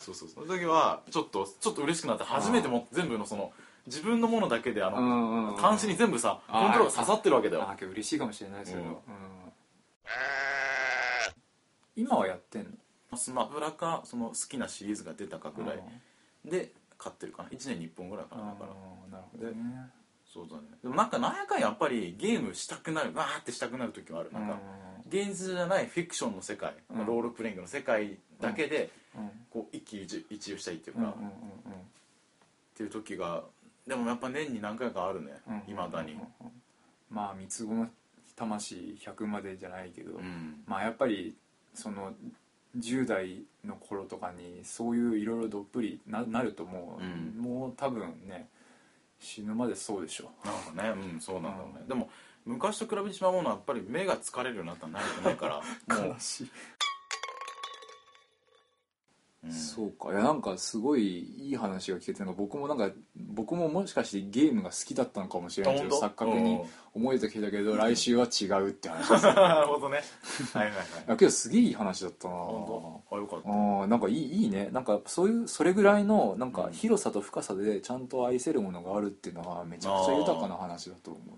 [SPEAKER 1] そうそうそうその時はちょっとちょっと嬉しくなって初めても全部のその自分のものだけであ
[SPEAKER 2] う
[SPEAKER 1] の
[SPEAKER 2] んうんうん
[SPEAKER 1] 端子に全部さコ
[SPEAKER 2] あ
[SPEAKER 1] ン
[SPEAKER 2] ー
[SPEAKER 1] トローラー刺さってるわけだよ
[SPEAKER 2] あけど嬉しいかもしれないですけど、
[SPEAKER 1] うん
[SPEAKER 2] うん今はやってんの
[SPEAKER 1] スマブラかその好きなシリーズが出たかぐらいで買ってるかな1年に1本ぐらいか
[SPEAKER 2] あ
[SPEAKER 1] な
[SPEAKER 2] ー
[SPEAKER 1] だから
[SPEAKER 2] なるほどね
[SPEAKER 1] そうだねでもなんか何やかんやっぱりゲームしたくなるわーってしたくなる時はあるなんか現実じゃないフィクションの世界
[SPEAKER 2] うん
[SPEAKER 1] ロールプレイングの世界だけで
[SPEAKER 2] うんうん
[SPEAKER 1] こう一喜一一憂したいっていう
[SPEAKER 2] うんうん
[SPEAKER 1] かっていう時がでもやっぱ年に何回かあるね
[SPEAKER 2] うんうん
[SPEAKER 1] いまだに
[SPEAKER 2] うんうんうんまあ三つ子の魂100までじゃないけど、
[SPEAKER 1] うん
[SPEAKER 2] まあやっぱりその10代の頃とかにそういういろいろどっぷりななるともう、
[SPEAKER 1] うん
[SPEAKER 2] もう多分ね死ぬまでそうでしょ
[SPEAKER 1] なんかねうんそうなんだろうね
[SPEAKER 2] うん
[SPEAKER 1] でも昔と比べてしまうものはやっぱり目が疲れるようになったら慣れてない からもう
[SPEAKER 2] しい
[SPEAKER 1] うん
[SPEAKER 2] そうかいやなんかすごいいい話が聞けてなんか僕もなんか僕ももしかしてゲームが好きだったのかもしれないけ
[SPEAKER 1] あ
[SPEAKER 2] ど
[SPEAKER 1] 本当
[SPEAKER 2] 錯覚 に思えてきたけど来週は違うって話です
[SPEAKER 1] なるほどねはいはいはい
[SPEAKER 2] だけどすげえいい話だったな
[SPEAKER 1] 本当あよかった
[SPEAKER 2] あーなんかいいいいねなんかそういうそれぐらいのなん
[SPEAKER 1] う
[SPEAKER 2] か
[SPEAKER 1] ん
[SPEAKER 2] 広さと深さでちゃんと愛せるものがあるっていうのはめちゃくちゃ豊かな話だと思うよ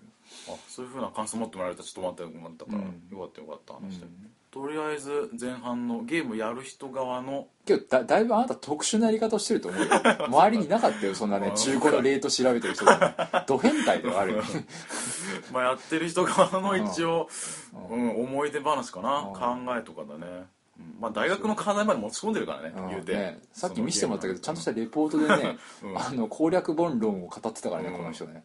[SPEAKER 1] あそういうふうな感想持ってもらえるとちょっと待ってもらったから、
[SPEAKER 2] うん
[SPEAKER 1] よかったよかった
[SPEAKER 2] うん
[SPEAKER 1] 話して、とりあえず前半のゲームやる人側の
[SPEAKER 2] けどだだいぶあなた特殊なやり方してると思うよ周りになかったよそんなね中古のレート調べてる 人がド変態ではあるよね
[SPEAKER 1] まあやってる人側の一応、
[SPEAKER 2] う
[SPEAKER 1] うん思い出話かな、
[SPEAKER 2] うん
[SPEAKER 1] 考えとかだね、うんまあ大学の課題まで持ち込んでるからね、
[SPEAKER 2] うん
[SPEAKER 1] 言うて、
[SPEAKER 2] ね、さっき見せてもらったけどちゃんとした
[SPEAKER 1] り
[SPEAKER 2] レポートで ね、
[SPEAKER 1] うん
[SPEAKER 2] あの攻略本論を語ってたからね、
[SPEAKER 1] うん
[SPEAKER 2] この人ね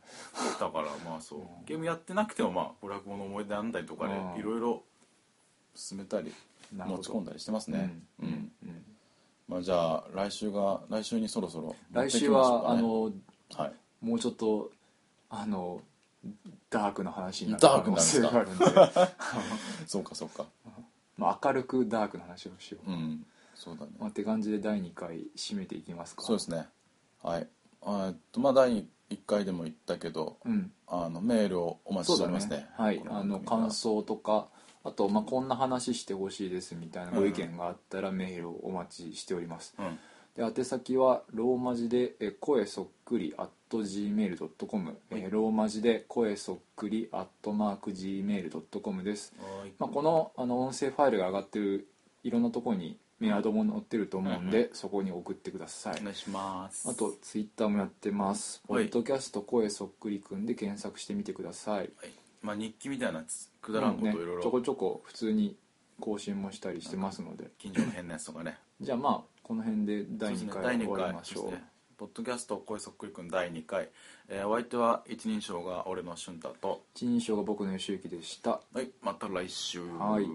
[SPEAKER 1] だからまあそう、
[SPEAKER 2] ん
[SPEAKER 1] ゲームやってなくてもまあ娯楽の思い出あんだりとかで、
[SPEAKER 2] うん
[SPEAKER 1] いろいろ進めたり
[SPEAKER 2] なるほ
[SPEAKER 1] 持
[SPEAKER 2] ど
[SPEAKER 1] ち込んだりしてますね
[SPEAKER 2] うん
[SPEAKER 1] うんまあ、じゃあ来週が来週にそろそろ
[SPEAKER 2] 来週はあ
[SPEAKER 1] 持っ
[SPEAKER 2] の
[SPEAKER 1] てきましょうかねはい
[SPEAKER 2] もうちょっとあのダークな話になる
[SPEAKER 1] ダークなんです
[SPEAKER 2] 性
[SPEAKER 1] か
[SPEAKER 2] があるんで
[SPEAKER 1] そうかそうか
[SPEAKER 2] まあ明るくダークな話をしよう、
[SPEAKER 1] うんそうだね
[SPEAKER 2] まあ、って感じで第2回締めていきますか
[SPEAKER 1] そうですねはいえーっとまあ第1回でも言ったけど
[SPEAKER 2] うん
[SPEAKER 1] あのメールをお待ちし
[SPEAKER 2] そう
[SPEAKER 1] てお
[SPEAKER 2] だ
[SPEAKER 1] り
[SPEAKER 2] ね
[SPEAKER 1] ますね
[SPEAKER 2] はい
[SPEAKER 1] こ
[SPEAKER 2] あ
[SPEAKER 1] 番組
[SPEAKER 2] の感想とかあと、まあ、こんな話してほしいですみたいなご意見があったらメールをお待ちしております、
[SPEAKER 1] うん
[SPEAKER 2] で宛先はローマ字でえー声そっくり at gmail.com、えーローマ字で声そっくり at mark gmail.com です、
[SPEAKER 1] はい
[SPEAKER 2] まあ、このあの音声ファイルが上がってるいろんなところにメアドも載ってると思うんで、そこに送ってください
[SPEAKER 1] お願いします
[SPEAKER 2] あとツイッターもやってます「ポ
[SPEAKER 1] はい
[SPEAKER 2] ッドキャスト声そっくりくん」で検索してみてください
[SPEAKER 1] はいまあ日記みたいなやつくだらんこと
[SPEAKER 2] ね
[SPEAKER 1] いろい
[SPEAKER 2] ちょこ
[SPEAKER 1] ろ
[SPEAKER 2] ちょこ普通に更新もしたりしてますので
[SPEAKER 1] 近所の変なやつとかね
[SPEAKER 2] じゃあまあこの辺
[SPEAKER 1] そ
[SPEAKER 2] で
[SPEAKER 1] う
[SPEAKER 2] 第
[SPEAKER 1] です
[SPEAKER 2] 2
[SPEAKER 1] ね
[SPEAKER 2] 回
[SPEAKER 1] 第
[SPEAKER 2] 終
[SPEAKER 1] 2
[SPEAKER 2] わ
[SPEAKER 1] 回
[SPEAKER 2] りま
[SPEAKER 1] で
[SPEAKER 2] しょ
[SPEAKER 1] す
[SPEAKER 2] う、
[SPEAKER 1] ねポッドキャスト声そっくりくん第2回えーお相手は一人称が俺の俊太と
[SPEAKER 2] 一人称が僕の吉行でした
[SPEAKER 1] はいまた来週
[SPEAKER 2] はい